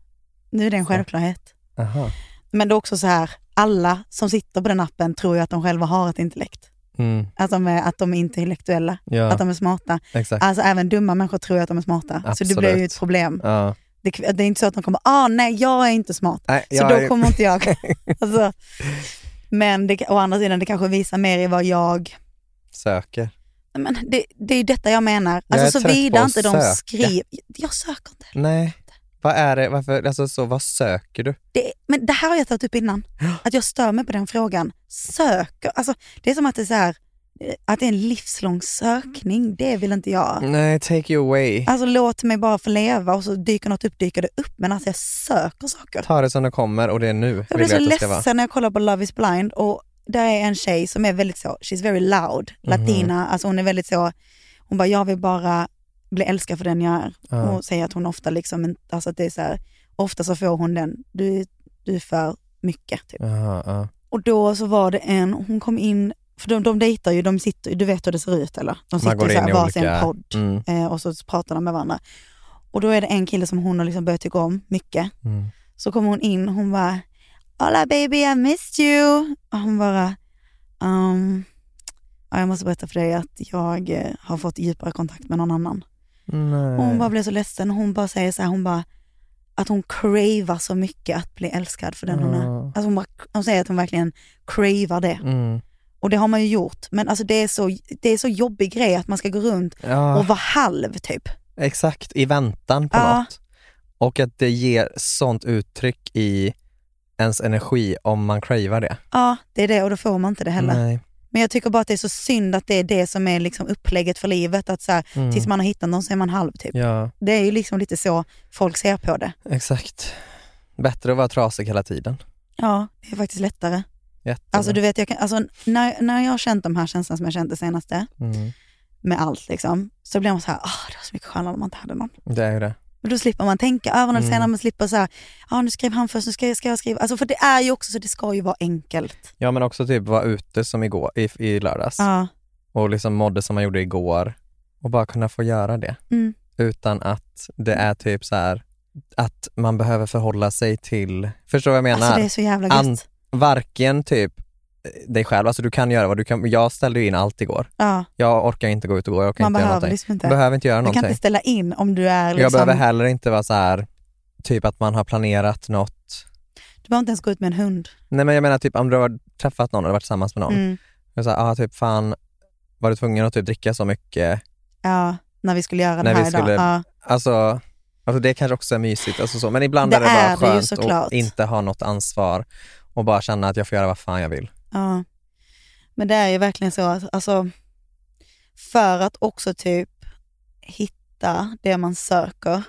Nu är det en självklarhet.
Aha.
Men det är också så här, alla som sitter på den appen tror ju att de själva har ett intellekt.
Mm,
Att de är, att de är intellektuella,
Ja.
att de är smarta.
exakt.
Alltså även dumma människor tror ju att de är smarta. Så det blir ju
Absolut.
ett problem.
Ja.
Det, det är inte så att de kommer, ah nej jag är inte smart,
Nej,
så
jag
då
är-
kommer inte jag. alltså, men det, å andra sidan det kanske visar mer i vad jag,
Söker.
men det, det är ju detta jag menar.
Jag
Alltså
är
så
trött på
vida
att
inte de
söka.
skriver, jag söker inte.
Nej. Vad är det, varför, alltså så vad söker du?
Det, men det här har jag tagit upp innan, att jag stör mig på den frågan. Söker, alltså det är som att det är så här, eh, att det är en livslång sökning, det vill inte jag.
Nej, take you away.
Alltså låt mig bara få leva och så dyker något upp, dyker det upp. Men alltså jag söker saker.
Ta det som det kommer och det är nu.
Jag blir
vill
så
att det ska vara.
ledsen när jag kollar på Love is blind och där är en tjej som är väldigt så, she's very loud,
Mhm.
latina, alltså hon är väldigt så, hon bara jag vill bara bli älskad för den jag är.
Ja.
Hon säger att hon ofta liksom, inte- alltså att det är så här, ofta så får hon den, du, du är för mycket. Typ.
Jaha, ja.
Och då så var det en, hon kom in, för de, de dejtar ju, de sitter ju- du vet hur det ser ut eller? De sitter
går
ju så
in
här,
i
varsin
olika-
podd
Mm.
eh, och så pratar de med varandra. Och då är det en kille som hon har liksom börjat tycka om mycket.
Mm.
Så kommer hon in, hon bara Hola baby, I missed you. Och hon bara, um, ja, jag måste berätta för dig att jag eh, har fått djupare kontakt med någon annan.
Nej.
Och hon bara blev så ledsen och hon bara säger så här, hon bara, att hon cravar så mycket att bli älskad för den hon är.
Ja.
Alltså hon, bara, hon säger att hon verkligen cravar det.
Mm.
Och det har man ju gjort, men alltså det är så, det är så jobbig grej att man ska gå runt
Ja.
och Ah. vara halv typ.
Exakt, i väntan på
Ja.
något. Och att det ger sånt uttryck i ens energi om man cravar det.
Ja, det är det och då får man inte det heller.
Nej.
Men jag tycker bara att det är så synd att det är det som är liksom upplägget för livet. Att så här,
Mm.
Tills man har hittat någon så är man halv typ.
Ja,
Det är ju liksom lite så folk ser på det.
exakt. Bättre att vara trasig hela tiden.
Ja, det är faktiskt lättare.
Jättebra.
Alltså du vet, jag kan, alltså, när, när jag har känt de här känslorna som jag känt det senaste,
mm.
med allt liksom, så blir man så här, ah det var så mycket skönare om man inte hade någon.
Det är ju det.
Men då slipper man tänka över det
Mm.
senare, man slipper så här, ah nu skrev han först, nu ska jag, ska jag skriva. Alltså för det är ju också så, det ska ju vara enkelt.
Ja men också typ vara ute som igår, i, i lördags
Ja,
och liksom mådde som man gjorde igår och bara kunna få göra det.
mm.
utan att det är typ så här att man behöver förhålla sig till, förstår vad jag menar?
Alltså det är så jävla gött. An,
varken typ dig själv, alltså du kan göra vad du kan, jag ställde ju in allt igår.
Ja.
Jag orkar inte gå ut och gå, jag orkar
man
inte göra
behöver
någonting.
liksom inte.
Behöver inte göra
Du
någonting.
kan inte ställa in om du är liksom...
Jag behöver heller inte vara så här typ att man har planerat något.
Du behöver inte ens gå ut med en hund.
Nej men jag menar typ om du har träffat någon eller varit tillsammans med någon.
Mm.
Jag sa, ah, typ fan, var du tvungen att typ dricka så mycket?
Ja, när vi skulle göra den
När vi
här
skulle-
idag. Ja.
Alltså, alltså det kanske också är mysigt, alltså så. men ibland
Det
är det
är det ju
bara skönt
såklart.
att inte ha något ansvar och bara känna att jag får göra vad fan jag vill.
Ja. Men det är ju verkligen så att, alltså, för att också typ hitta det man söker,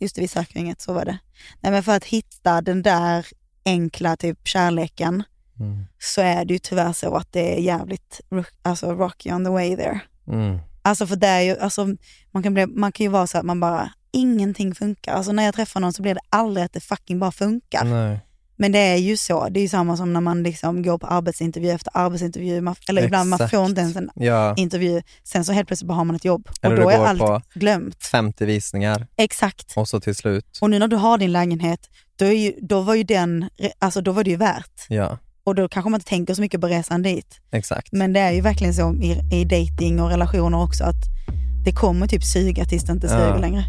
just det vi söker inget, så var det. Nej men för att hitta den där enkla typ kärleken
Mm.
så är det ju tyvärr så att det är jävligt ro- alltså, rocky on the way there.
Mm.
Alltså för det är ju, alltså, man, kan bli, man kan ju vara så att man bara, ingenting funkar. Alltså när jag träffar någon så blir det aldrig att det fucking bara funkar.
Nej.
Men det är ju så, det är ju samma som när man liksom går på arbetsintervju efter arbetsintervju, man, eller ibland man
Exakt.
får inte ens en
Ja.
intervju, sen så helt plötsligt bara har man ett jobb
Eller
och då
du
är
går
allt
på-
glömt.
50 visningar
Exakt.
och så till slut,
Och nu när du har din lägenhet, då, är ju, då var ju den, alltså då var det ju värt.
ja
Och då kanske man inte tänker så mycket på resan dit.
exakt.
Men det är ju verkligen så i, i dating och relationer också att det kommer typ suga tills det inte
Ja.
suger längre.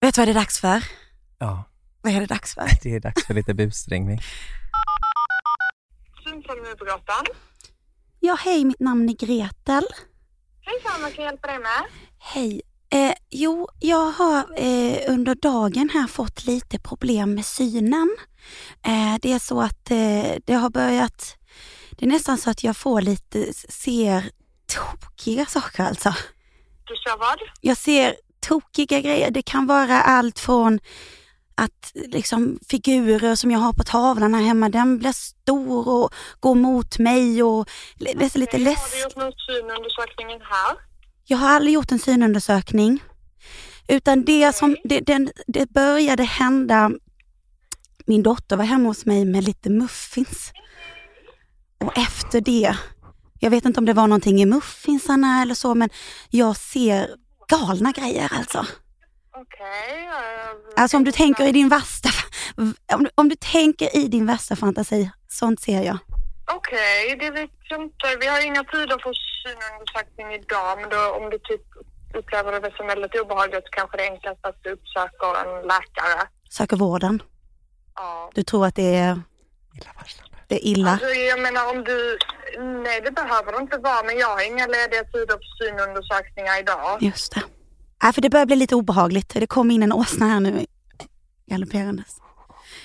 Vet du vad det är dags för?
Ja,
Vad är det dags för?
det är dags för lite busringning.
Ja, hej, mitt namn är Gretel.
Hejsan, vad kan jag hjälpa dig med?
Hej. Eh, jo, jag har eh, under dagen här fått lite problem med synen. Eh, det är så att eh, det har börjat, det är nästan så att jag får lite, ser tokiga saker alltså.
Du kör vad?
Jag ser tokiga grejer. Det kan vara allt från att liksom figurer som jag har på tavlan här hemma, den blir stor och går mot mig och l- det är lite
Okej,
läskigt.
Har du gjort någon synundersökning här?
Jag har aldrig gjort en synundersökning. Utan det som, det, den, det började hända, min dotter var hemma hos mig med lite muffins. Och efter det, jag vet inte om det var någonting i muffinsarna eller så, men jag ser galna grejer alltså.
Okej. eh,
Alltså om du tänker i din värsta, om du, om du tänker i din värsta fantasi, sånt ser jag.
Okej, det vet jag inte. Vi har inga tider för synundersökning idag, men då, om du typ upplever det som väldigt obehagligt så kanske det är enklast att du uppsöker en läkare.
Söker vården.
Ja.
Du tror att det är... Det är illa.
Alltså, jag menar om du... Nej, det behöver det inte vara, men jag har inga lediga tider för synundersökningar idag.
Just det. Nej, för det börjar bli lite obehagligt. Det kom in en åsna här nu galopperandes.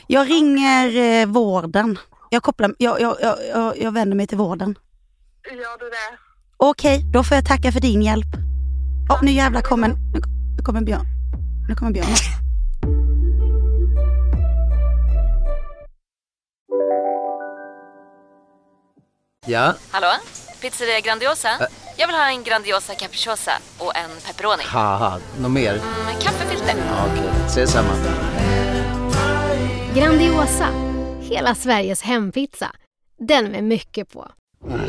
Jag ringer eh, vården. Jag, kopplar, jag, jag, jag, jag, jag vänder mig till vården.
Gör du det?
Okej, då får jag tacka för din hjälp. Åh, nu jävlar kommer en, nu kom- nu kommer en björn. Nu kommer en björn.
Ja,
Hallå? Pizzeria Grandiosa? Jag vill ha en Grandiosa capriciosa och en pepperoni.
haha, något mer?
Med kaffefilter.
Ja, Okej, ses samma.
Grandiosa, hela Sveriges hempizza. Den med mycket på.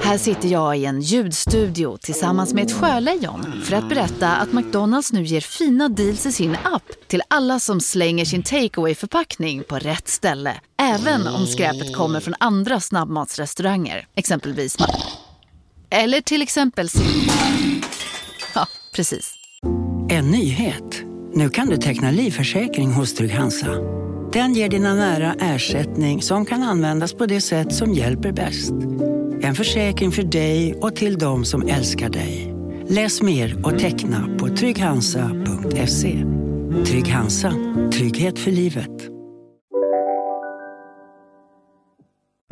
Här sitter jag i en ljudstudio tillsammans med ett sjölejon för att berätta att McDonalds nu ger fina deals i sin app till alla som slänger sin takeaway förpackning på rätt ställe. Även om skräpet kommer från andra snabbmatsrestauranger, exempelvis Ma- Eller till exempel Sil- Ja, precis.
En nyhet. Nu kan du teckna livförsäkring hos Trygg-Hansa. Den ger dina nära ersättning som kan användas på det sätt som hjälper bäst. En försäkring för dig och till de som älskar dig. Läs mer och teckna på trygghansa.se. Trygg-Hansa. Trygghet för livet.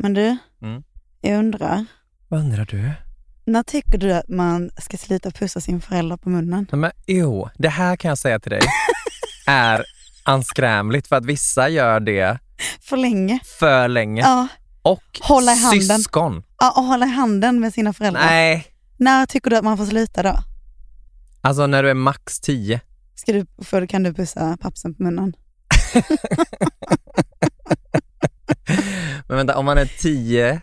Men du,
Mm.
jag undrar.
Vad undrar du?
När tycker du att man ska sluta pussa sin förälder på munnen?
Nej, Men jo, det här kan jag säga till dig är anskrämligt för att vissa gör det
För länge?
för länge.
Ja.
Och
Hålla i handen.
syskon.
Ja, och hålla i handen med sina föräldrar?
Nej.
När tycker du att man får sluta då?
Alltså när du är max 10.
Ska du, för, kan du pussa pappsen på munnen?
Men vänta, om man är 10,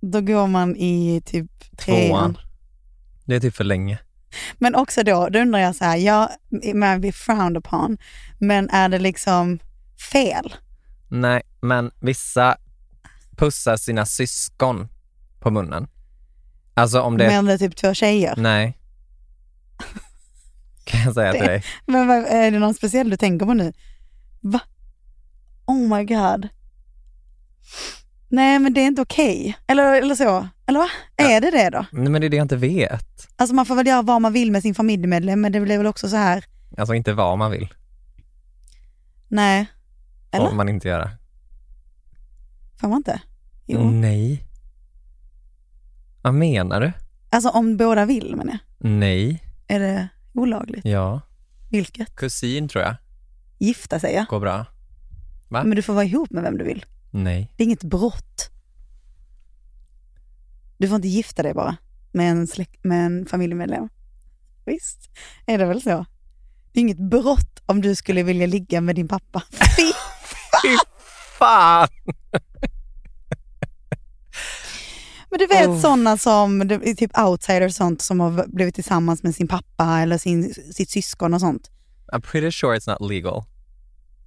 Då går man i typ trean.
tvåan. Det är typ för länge.
Men också då, då undrar jag så här, ja, man blir frowned upon, men är det liksom fel?
Nej, men vissa pussar sina syskon på munnen. Alltså om det... Mm.
Men det är typ två tjejer?
Nej. Kan jag säga till dig.
Men vad- är det någon speciell du tänker på nu? Va? Oh my god. Nej men det är inte okej. Eller, eller så. Eller va? Är det det då?
Nej, men det är det jag inte vet.
Alltså man får väl göra vad man vill med sin familjemedlem men det blir väl också så här,
Alltså inte vad man vill.
nej. Eller?
Får man inte göra.
Får man inte? Jo.
Mm. Nej. Vad menar du?
Alltså om båda vill men jag.
Nej.
Är det olagligt?
Ja.
Vilket?
Kusin tror jag.
Gifta sig ja.
Går bra. Va?
Men du får vara ihop med vem du vill.
Nej.
Det är inget brott. Du får inte gifta dig bara med en, släkt, med en familjemedlem. Visst är det väl så? Det är inget brott om du skulle vilja ligga med din pappa. Fy
Fy fan!
Men du vet
Oh.
sådana som, det är typ outsiders och sånt som har blivit tillsammans med sin pappa eller sin, sitt syskon och sånt.
I'm pretty sure it's not legal.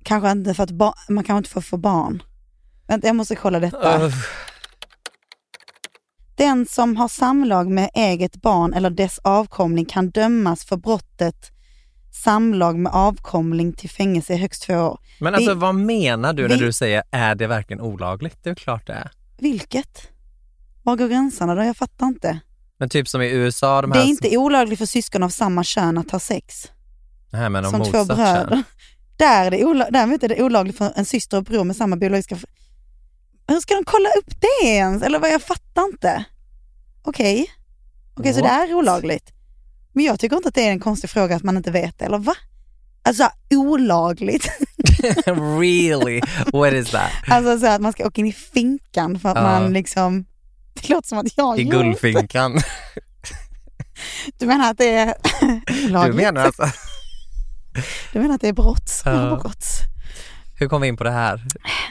Kanske inte för att ba- man kanske inte får få barn. Vänta, jag måste kolla detta.
Ugh.
Den som har samlag med eget barn eller dess avkomling kan dömas för brottet samlag med avkomling till fängelse i högst två år.
Men alltså
Vi-
vad menar du när
vi-
du säger är det verkligen olagligt? Det är klart det är.
Vilket? Var går gränserna då? Jag fattar inte.
Men typ som i USA, de
det
här...
är inte olagligt för syskon av samma kön att ha sex.
Nej, men de
som två
motsatt
bröder.
kön.
Där är det, ola- däremot är det olagligt för en syster och bror med samma biologiska... f- Hur ska de kolla upp det ens? Eller vad, jag fattar inte. Okej, okej så det är olagligt. Men jag tycker inte att det är en konstig fråga att man inte vet, eller va? Alltså olagligt.
really? What is that?
Alltså så att man ska åka in i finkan för att
Ja.
man liksom... Det låter som att jag
I
gör
guldfinkan.
det. Du menar att det är
Du
olagligt?
menar alltså,
Du menar att det är brott som
Ja.
har begåtts?
hur kom vi in på det här?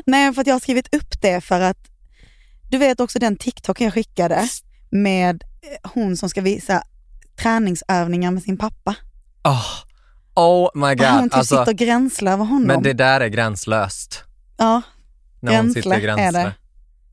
Nej, för att jag har skrivit upp det för att du vet också den TikTok jag skickade med eh, hon som ska visa träningsövningar med sin pappa.
Oh, oh my god.
Där hon typ
alltså,
sitter och gränslar över honom.
men det där är gränslöst.
ja,
När hon sitter
gränsle är
och gränslar.
det.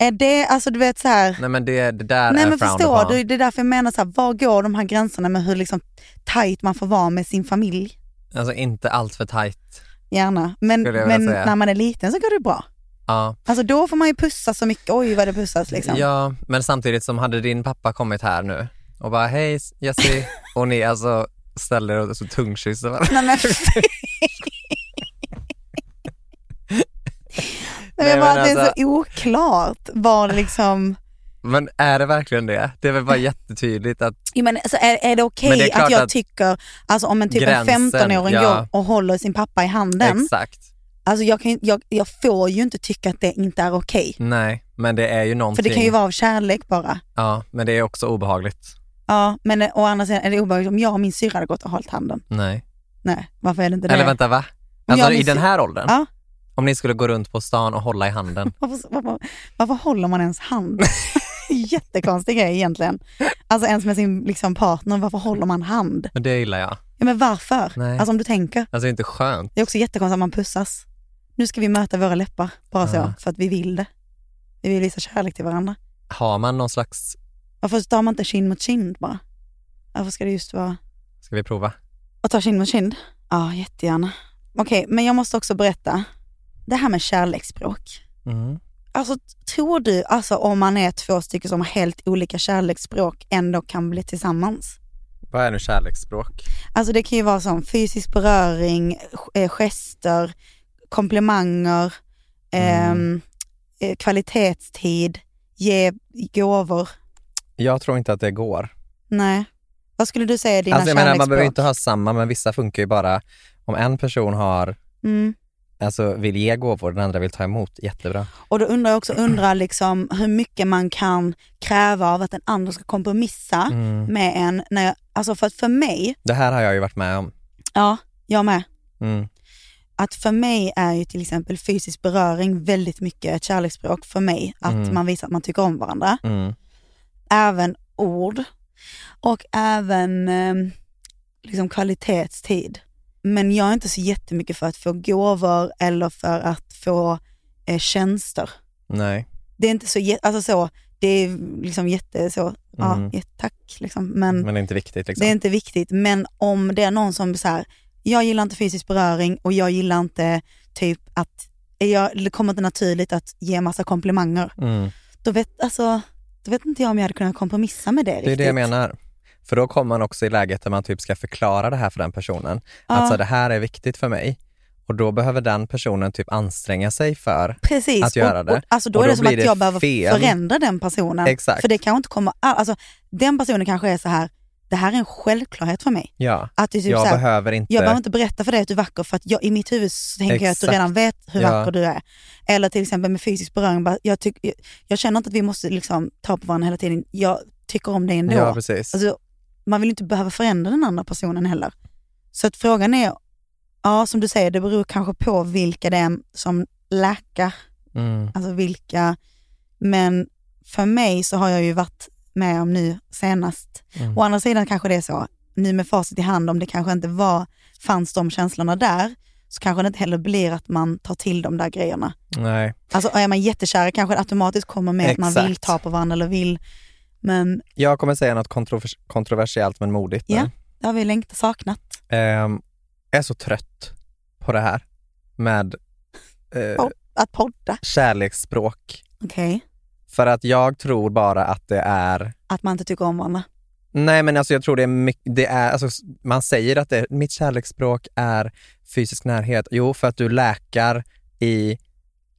Är det, alltså du vet så här,
Nej men det, det där
nej
är
men
frowned
förstår
upon.
du, det är därför jag menar så här, var går de här gränserna med hur liksom tajt man får vara med sin familj?
Alltså inte allt för tajt.
Gärna, men,
Skulle jag vilja
men
säga.
när man är liten så går det bra.
Ja.
Alltså då får man ju pussa så mycket, oj vad det pussas liksom.
ja, men samtidigt som hade din pappa kommit här nu och bara hej Jessie och ni alltså ställer er och så tungkysser varandra.
Nej men fy. Nej,
Nej,
men bara
men
att det är
alltså-
så oklart var det liksom,
Men är det verkligen det? Det är väl bara jättetydligt att
jo, men, alltså, är, är det okej
Men det är klart
att jag
att-
tycker, alltså om en typ en
Gränsen,
15-åring
ja.
går och håller sin pappa i handen,
exakt,
alltså jag, kan, ju- jag, jag får ju inte tycka att det inte är okej.
nej, men det är ju
För
någonting.
det kan ju vara av kärlek bara.
Ja, men det är också obehagligt.
Ja, men eh, å andra sidan är det obehagligt om jag och min syrra hade gått och hållit handen.
Nej.
Nej, varför är det inte det?
Eller vänta va?
jag
Alltså i
minns-
den här åldern?
Ja.
Om ni skulle gå runt på stan och hålla i handen?
Varför, varför, varför håller man ens hand? Jättekonstig grej egentligen. Alltså ens med sin liksom, partner, varför håller man hand?
Men det gillar jag.
Ja, men varför?
Nej.
Alltså om du tänker.
Alltså det är inte skönt.
Det är också jättekonstigt att man pussas. Nu ska vi möta våra läppar, bara så,
Ja.
för att vi vill det. Vi vill visa kärlek till varandra.
Har man någon slags,
Varför tar man inte kind mot kind bara? Varför ska det just vara...
ska vi prova?
Och ta kind mot kind? Ja, jättegärna. Okej, men jag måste också berätta. Det här med kärleksspråk.
Mm.
Alltså tror du, alltså om man är två stycken som har helt olika kärleksspråk ändå kan bli tillsammans?
Vad är nu kärleksspråk?
Alltså det kan ju vara som fysisk beröring, eh, gester, komplimanger,
Mm.
ehm, eh, kvalitetstid, ge gåvor.
Jag tror inte att det går.
Nej. Vad skulle du säga är dina
alltså jag menar,
kärleksspråk?
man behöver ju inte ha samma, men vissa funkar ju bara om en person har,
mm.
alltså vill ge gåvor, den andra vill ta emot, jättebra.
Och då undrar jag också undrar liksom hur mycket man kan kräva av att den andra ska kompromissa
Mm.
med en. När jag, alltså för att för mig,
Det här har jag ju varit med om.
ja, jag med.
Mm.
att för mig är ju till exempel fysisk beröring väldigt mycket ett kärleksspråk för mig. Att
Mm.
man visar att man tycker om varandra.
Mm.
Även ord. Och även eh, liksom kvalitetstid. Men jag är inte så jättemycket för att få gåvor eller för att få eh, tjänster.
Nej.
Det är inte så, jä- alltså så, det är liksom jätte så, ja,
Mm.
ja, tack liksom. Men,
Men det är inte viktigt liksom.
det är inte viktigt. Men om det är någon som så här, jag gillar inte fysisk beröring och jag gillar inte typ att, jag, det kommer inte naturligt att ge massa komplimanger.
Mm.
Då vet, alltså, då vet inte jag om jag hade kunnat kompromissa med det
Det är
riktigt.
det jag menar. För då kommer man också i läget där man typ ska förklara det här för den personen.
Ja.
Alltså det här är viktigt för mig. Och då behöver den personen typ anstränga sig för
Precis,
att göra
och,
det.
Och, alltså då
Och
är det som
blir
att jag behöver
fel.
förändra den personen.
Exakt.
För det kanske inte kommer, all- alltså, den personen kanske är så här, det här är en självklarhet för mig.
Ja,
Att det är typ
jag
så här,
behöver inte...
Jag behöver inte berätta för dig att du är vacker för att jag, i mitt huvud så tänker jag att du
Exakt.
redan vet hur
Ja.
vacker du är. Eller till exempel med fysisk beröring, bara, jag, tyck, jag, jag känner inte att vi måste liksom ta på varandra hela tiden. Jag tycker om dig ändå.
Ja, precis.
Alltså, man vill inte behöva förändra den andra personen heller. Så att frågan är, ja som du säger, det beror kanske på vilka det är som läkar
Mm.
Alltså vilka, men för mig så har jag ju varit med om nu senast.
Mm.
Å andra sidan kanske det är så, nu med facit i hand, om det kanske inte var, fanns de känslorna där, så kanske det inte heller blir att man tar till de där grejerna.
Nej.
Alltså är man jättekära kanske det automatiskt kommer med att man vill
Exakt.
ta på varandra eller vill, men
Jag kommer säga något kontrovers- kontroversiellt men modigt nu.
ja, det har vi längtat, saknat.
Ehm, jag är så trött på det här med eh,
Pod- att podda,
kärleksspråk.
okej.
För att jag tror bara att det är
Att man inte tycker om varandra.
Nej men alltså jag tror det är, mycket, det är alltså, s- man säger att det, mitt kärleksspråk är fysisk närhet. Jo, för att du läkar i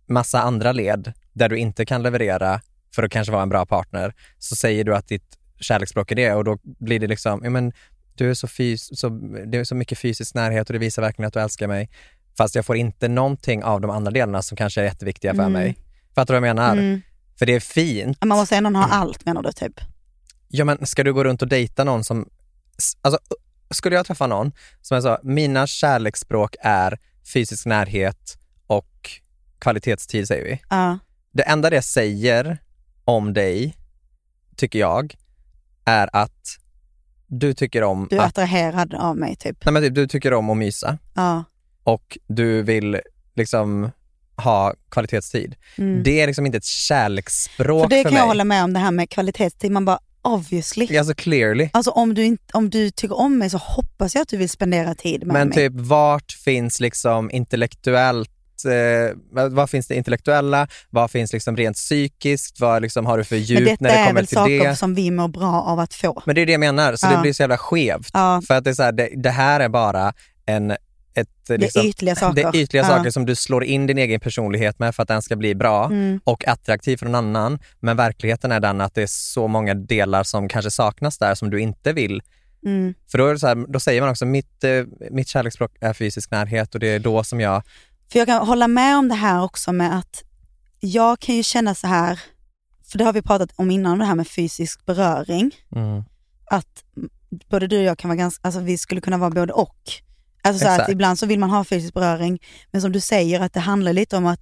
massa andra led där du inte kan leverera för att kanske vara en bra partner. Så säger du att ditt kärleksspråk är det och då blir det liksom, ja men du är så, fys- så, det är så mycket fysisk närhet och det visar verkligen att du älskar mig. Fast jag får inte någonting av de andra delarna som kanske är jätteviktiga för
Mm.
mig. Fattar du vad jag menar?
Mm.
För det är fint
Man måste ändå
Mm.
ha allt menar du typ?
ja men ska du gå runt och dejta någon som, s- alltså skulle jag träffa någon som jag sa, mina kärleksspråk är fysisk närhet och kvalitetstid säger vi.
Ja.
Det enda det säger om dig, tycker jag, är att du tycker om
Du är
att,
attraherad av mig typ?
nej men typ, du tycker om att mysa
Ja.
och du vill liksom ha kvalitetstid.
Mm.
Det är liksom inte ett kärleksspråk
För
för,
det kan
mig.
jag hålla med om det här med kvalitetstid. Man bara obviously.
Alltså clearly.
Alltså om du, inte, om du tycker om mig så hoppas jag att du vill spendera tid med
Men
mig.
typ vart finns liksom intellektuellt Eh, vad vad finns det intellektuella? Vad finns liksom rent psykiskt? Vad liksom har du för
Men
djup
detta
när det
är
kommer
väl
till
saker
det?
som vi mår bra av att få.
Men det är det jag menar, så
Ja.
det blir så jävla skevt.
Ja.
För att det, är så här, det, det här är bara en... Ett, eh, liksom,
ytliga saker.
Det är ytliga
Ja.
saker som du slår in din egen personlighet med för att den ska bli bra
Mm.
och attraktiv för någon annan. Men verkligheten är den att det är så många delar som kanske saknas där som du inte vill
Mm.
för då, är det så här, då säger man också mitt, eh, mitt kärleksspråk är fysisk närhet och det är då som jag...
För jag kan hålla med om det här också med att jag kan ju känna så här, för det har vi pratat om innan, det här med fysisk beröring.
Mm.
Att både du och jag kan vara ganska, alltså vi skulle kunna vara både och. Alltså så här att
Exakt.
ibland så vill man ha fysisk beröring, men som du säger att det handlar lite om att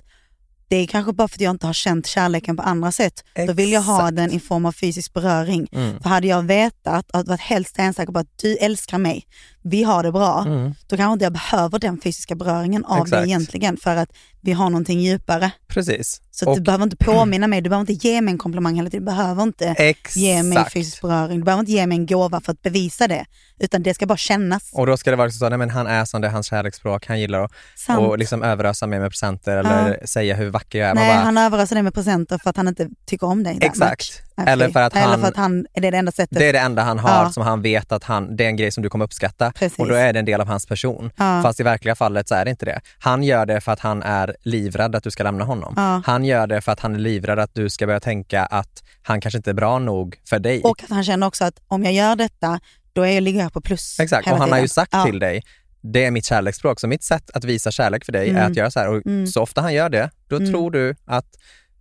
det är kanske bara för att jag inte har känt kärleken på andra sätt. Då vill jag ha den i form av fysisk beröring.
Mm.
För hade jag vetat, att varit helt stensäker på att du älskar mig, vi har det bra,
Mm.
då kanske inte jag behöver den fysiska beröringen av dig
Exakt.
egentligen för att vi har någonting djupare.
Precis.
Så att du behöver inte påminna mig, du behöver inte ge mig en komplimang hela tiden, du behöver inte ge mig
Exakt.
fysisk beröring, du behöver inte ge mig en gåva för att bevisa det, utan det ska bara kännas.
Och då ska det vara liksom så, nej men han är som det är hans kärleksspråk, han gillar att
Sant.
och liksom överösa mig med presenter eller säga hur vacker jag är. Man
Nej,
bara,
han överösar dig med presenter för att han inte tycker om dig. that
Exakt.
much.
Eller för att
Eller
han-
för att han, det är det enda sättet.
det är det enda han har
Ja.
som han vet att han, det är en grej som du kommer uppskatta
Precis.
och då är det en del av hans person.
Ja.
Fast i verkliga fallet så är det inte det. Han gör det för att han är livrädd att du ska lämna honom.
Ja.
Han gör det för att han är livrädd att du ska börja tänka att han kanske inte är bra nog för dig.
Och att han känner också att om jag gör detta, då är jag, ligger jag på plus
Exakt,
hela
och han har
tiden.
ju sagt
Ja.
till dig, det är mitt kärleksspråk, så mitt sätt att visa kärlek för dig är
Mm.
att göra så här. Och
Mm.
så ofta han gör det, då
Mm.
tror du att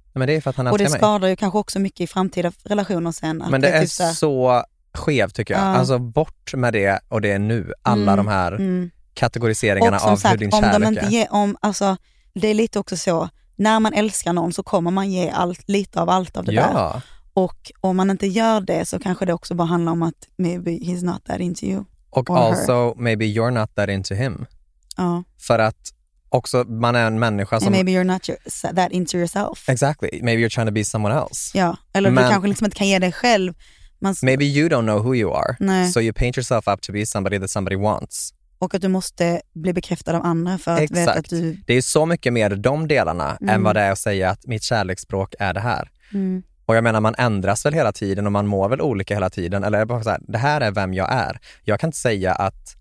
nej, men det är för att han
Och det
älskar mig.
skadar ju kanske också mycket i framtida relationer sen. Att
Men det är
typ här-
så skevt tycker jag.
Ja.
Alltså bort med det och det är nu, alla
Mm,
de här
mm.
kategoriseringarna
Och som
av hur
sagt,
din
om de
kärlek
inte
är.
ger, om, alltså, det är lite också så, när man älskar någon så kommer man ge allt, lite av allt av det där.
ja,
Och om man inte gör det så kanske det också bara handlar om att maybe he's not that into you.
Och also her. maybe you're not that into him.
Ja.
För att också man är en människa som... And
maybe you're not your, that into yourself.
Exactly, maybe you're trying to be someone else.
Ja, eller Men, du kanske liksom inte kan ge dig själv
man, maybe you don't know who you are,
nej.
so you paint yourself up to be somebody that somebody wants.
Och att du måste bli bekräftad av andra för att
Exakt.
veta att du...
Det är så mycket mer de delarna
Mm.
än vad det är att säga att mitt kärleksspråk är det här.
Mm.
Och jag menar man ändras väl hela tiden och man mår väl olika hela tiden. Eller är det bara så här, det här är vem jag är. Jag kan inte säga att,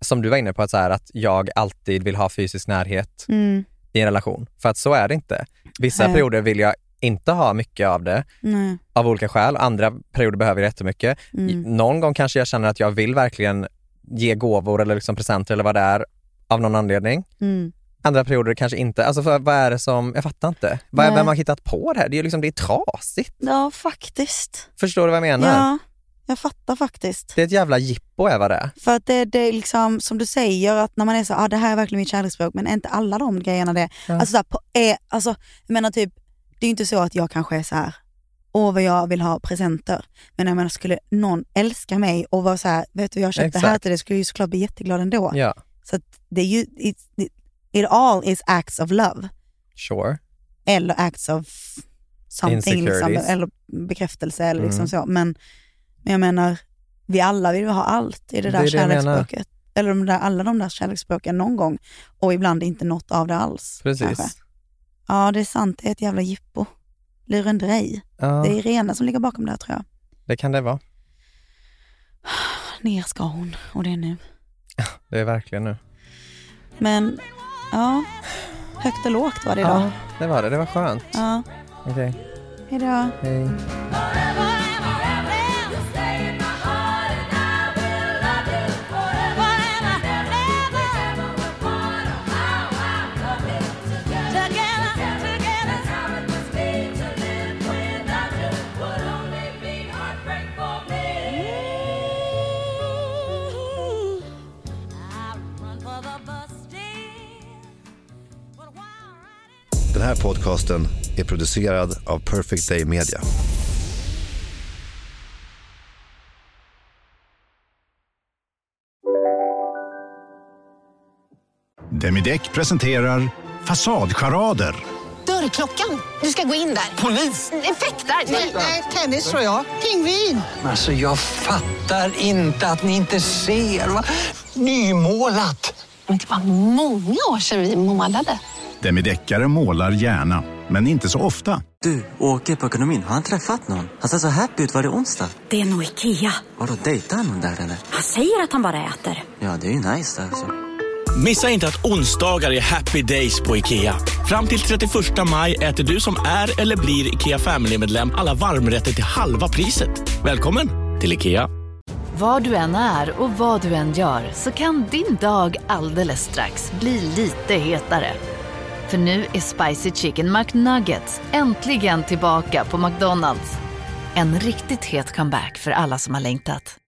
som du var inne på, att, så här, att jag alltid vill ha fysisk närhet
Mm.
i en relation. För att så är det inte. Vissa
Nej.
perioder vill jag inte ha mycket av det
Nej.
av olika skäl. Andra perioder behöver jag jättemycket.
Mm.
Någon gång kanske jag känner att jag vill verkligen ge gåvor eller liksom presenter eller vad det är av någon anledning.
Mm.
Andra perioder kanske inte. Alltså för, vad är det som, jag fattar inte. Vad är,
Nej.
vem har hittat på det här? Det är ju liksom, det är trasigt.
Ja, faktiskt.
Förstår du vad jag menar?
Ja, jag fattar faktiskt.
Det är ett jävla jippo är vad det är.
För att det, det är liksom som du säger, att när man är så ah, det här är verkligen mitt kärleksspråk, men är inte alla de grejerna det?
Ja.
Alltså, så här, på, är, alltså, jag menar typ, det är ju inte så att jag kanske är så här, åh vad jag vill ha presenter. Men jag menar, skulle någon älska mig och vara så här, vet du jag har köpt det här
Exakt.
till dig, skulle jag ju såklart bli jätteglad ändå.
Ja,
Så att det är ju, it, it all is acts of love.
sure.
Eller acts of something, liksom,
Insecurities.
eller bekräftelse eller liksom
Mm.
så. Men, men jag menar, vi alla vill ha allt i det
Det
där
är det jag menar.
kärleksspråket. Eller de där, alla de där kärleksspråken någon gång. Och ibland inte något av det alls.
Precis.
kanske. Ja, det är sant. Det är ett jävla jippo. Lurendrej.
Ja.
Det är Irena som ligger bakom det här tror jag.
Det kan det vara.
Ner ska hon och det är nu.
Det är verkligen nu.
Men ja, högt och lågt var det idag.
Ja, det var det. Det var skönt.
Ja.
Okej,
Hejdå.
hej.
Den här podcasten är producerad av Perfect Day Media.
Demideck presenterar Fasadcharader.
Dörrklockan. Du ska gå in där. Polis? Effektar? Nej, tennis tror jag. Pingvin.
Alltså jag fattar inte att ni inte ser. Va? Nymålat.
Men det var många år sedan vi målade.
Demideckare målar gärna, men inte så ofta.
Du, åker på ekonomin. Har han träffat någon? Han ser så happy ut. Var det onsdag?
Det är nog Ikea.
Vadå, dejtar han någon där eller?
Han säger att han bara äter.
Ja, det är ju nice alltså.
Missa inte att onsdagar är happy days på IKEA. Fram till 31 maj äter du som är eller blir IKEA Family-medlem alla varmrätter till halva priset. Välkommen till IKEA.
Var du än är och vad du än gör så kan din dag alldeles strax bli lite hetare. För nu är Spicy Chicken McNuggets äntligen tillbaka på McDonalds. En riktigt het comeback för alla som har längtat.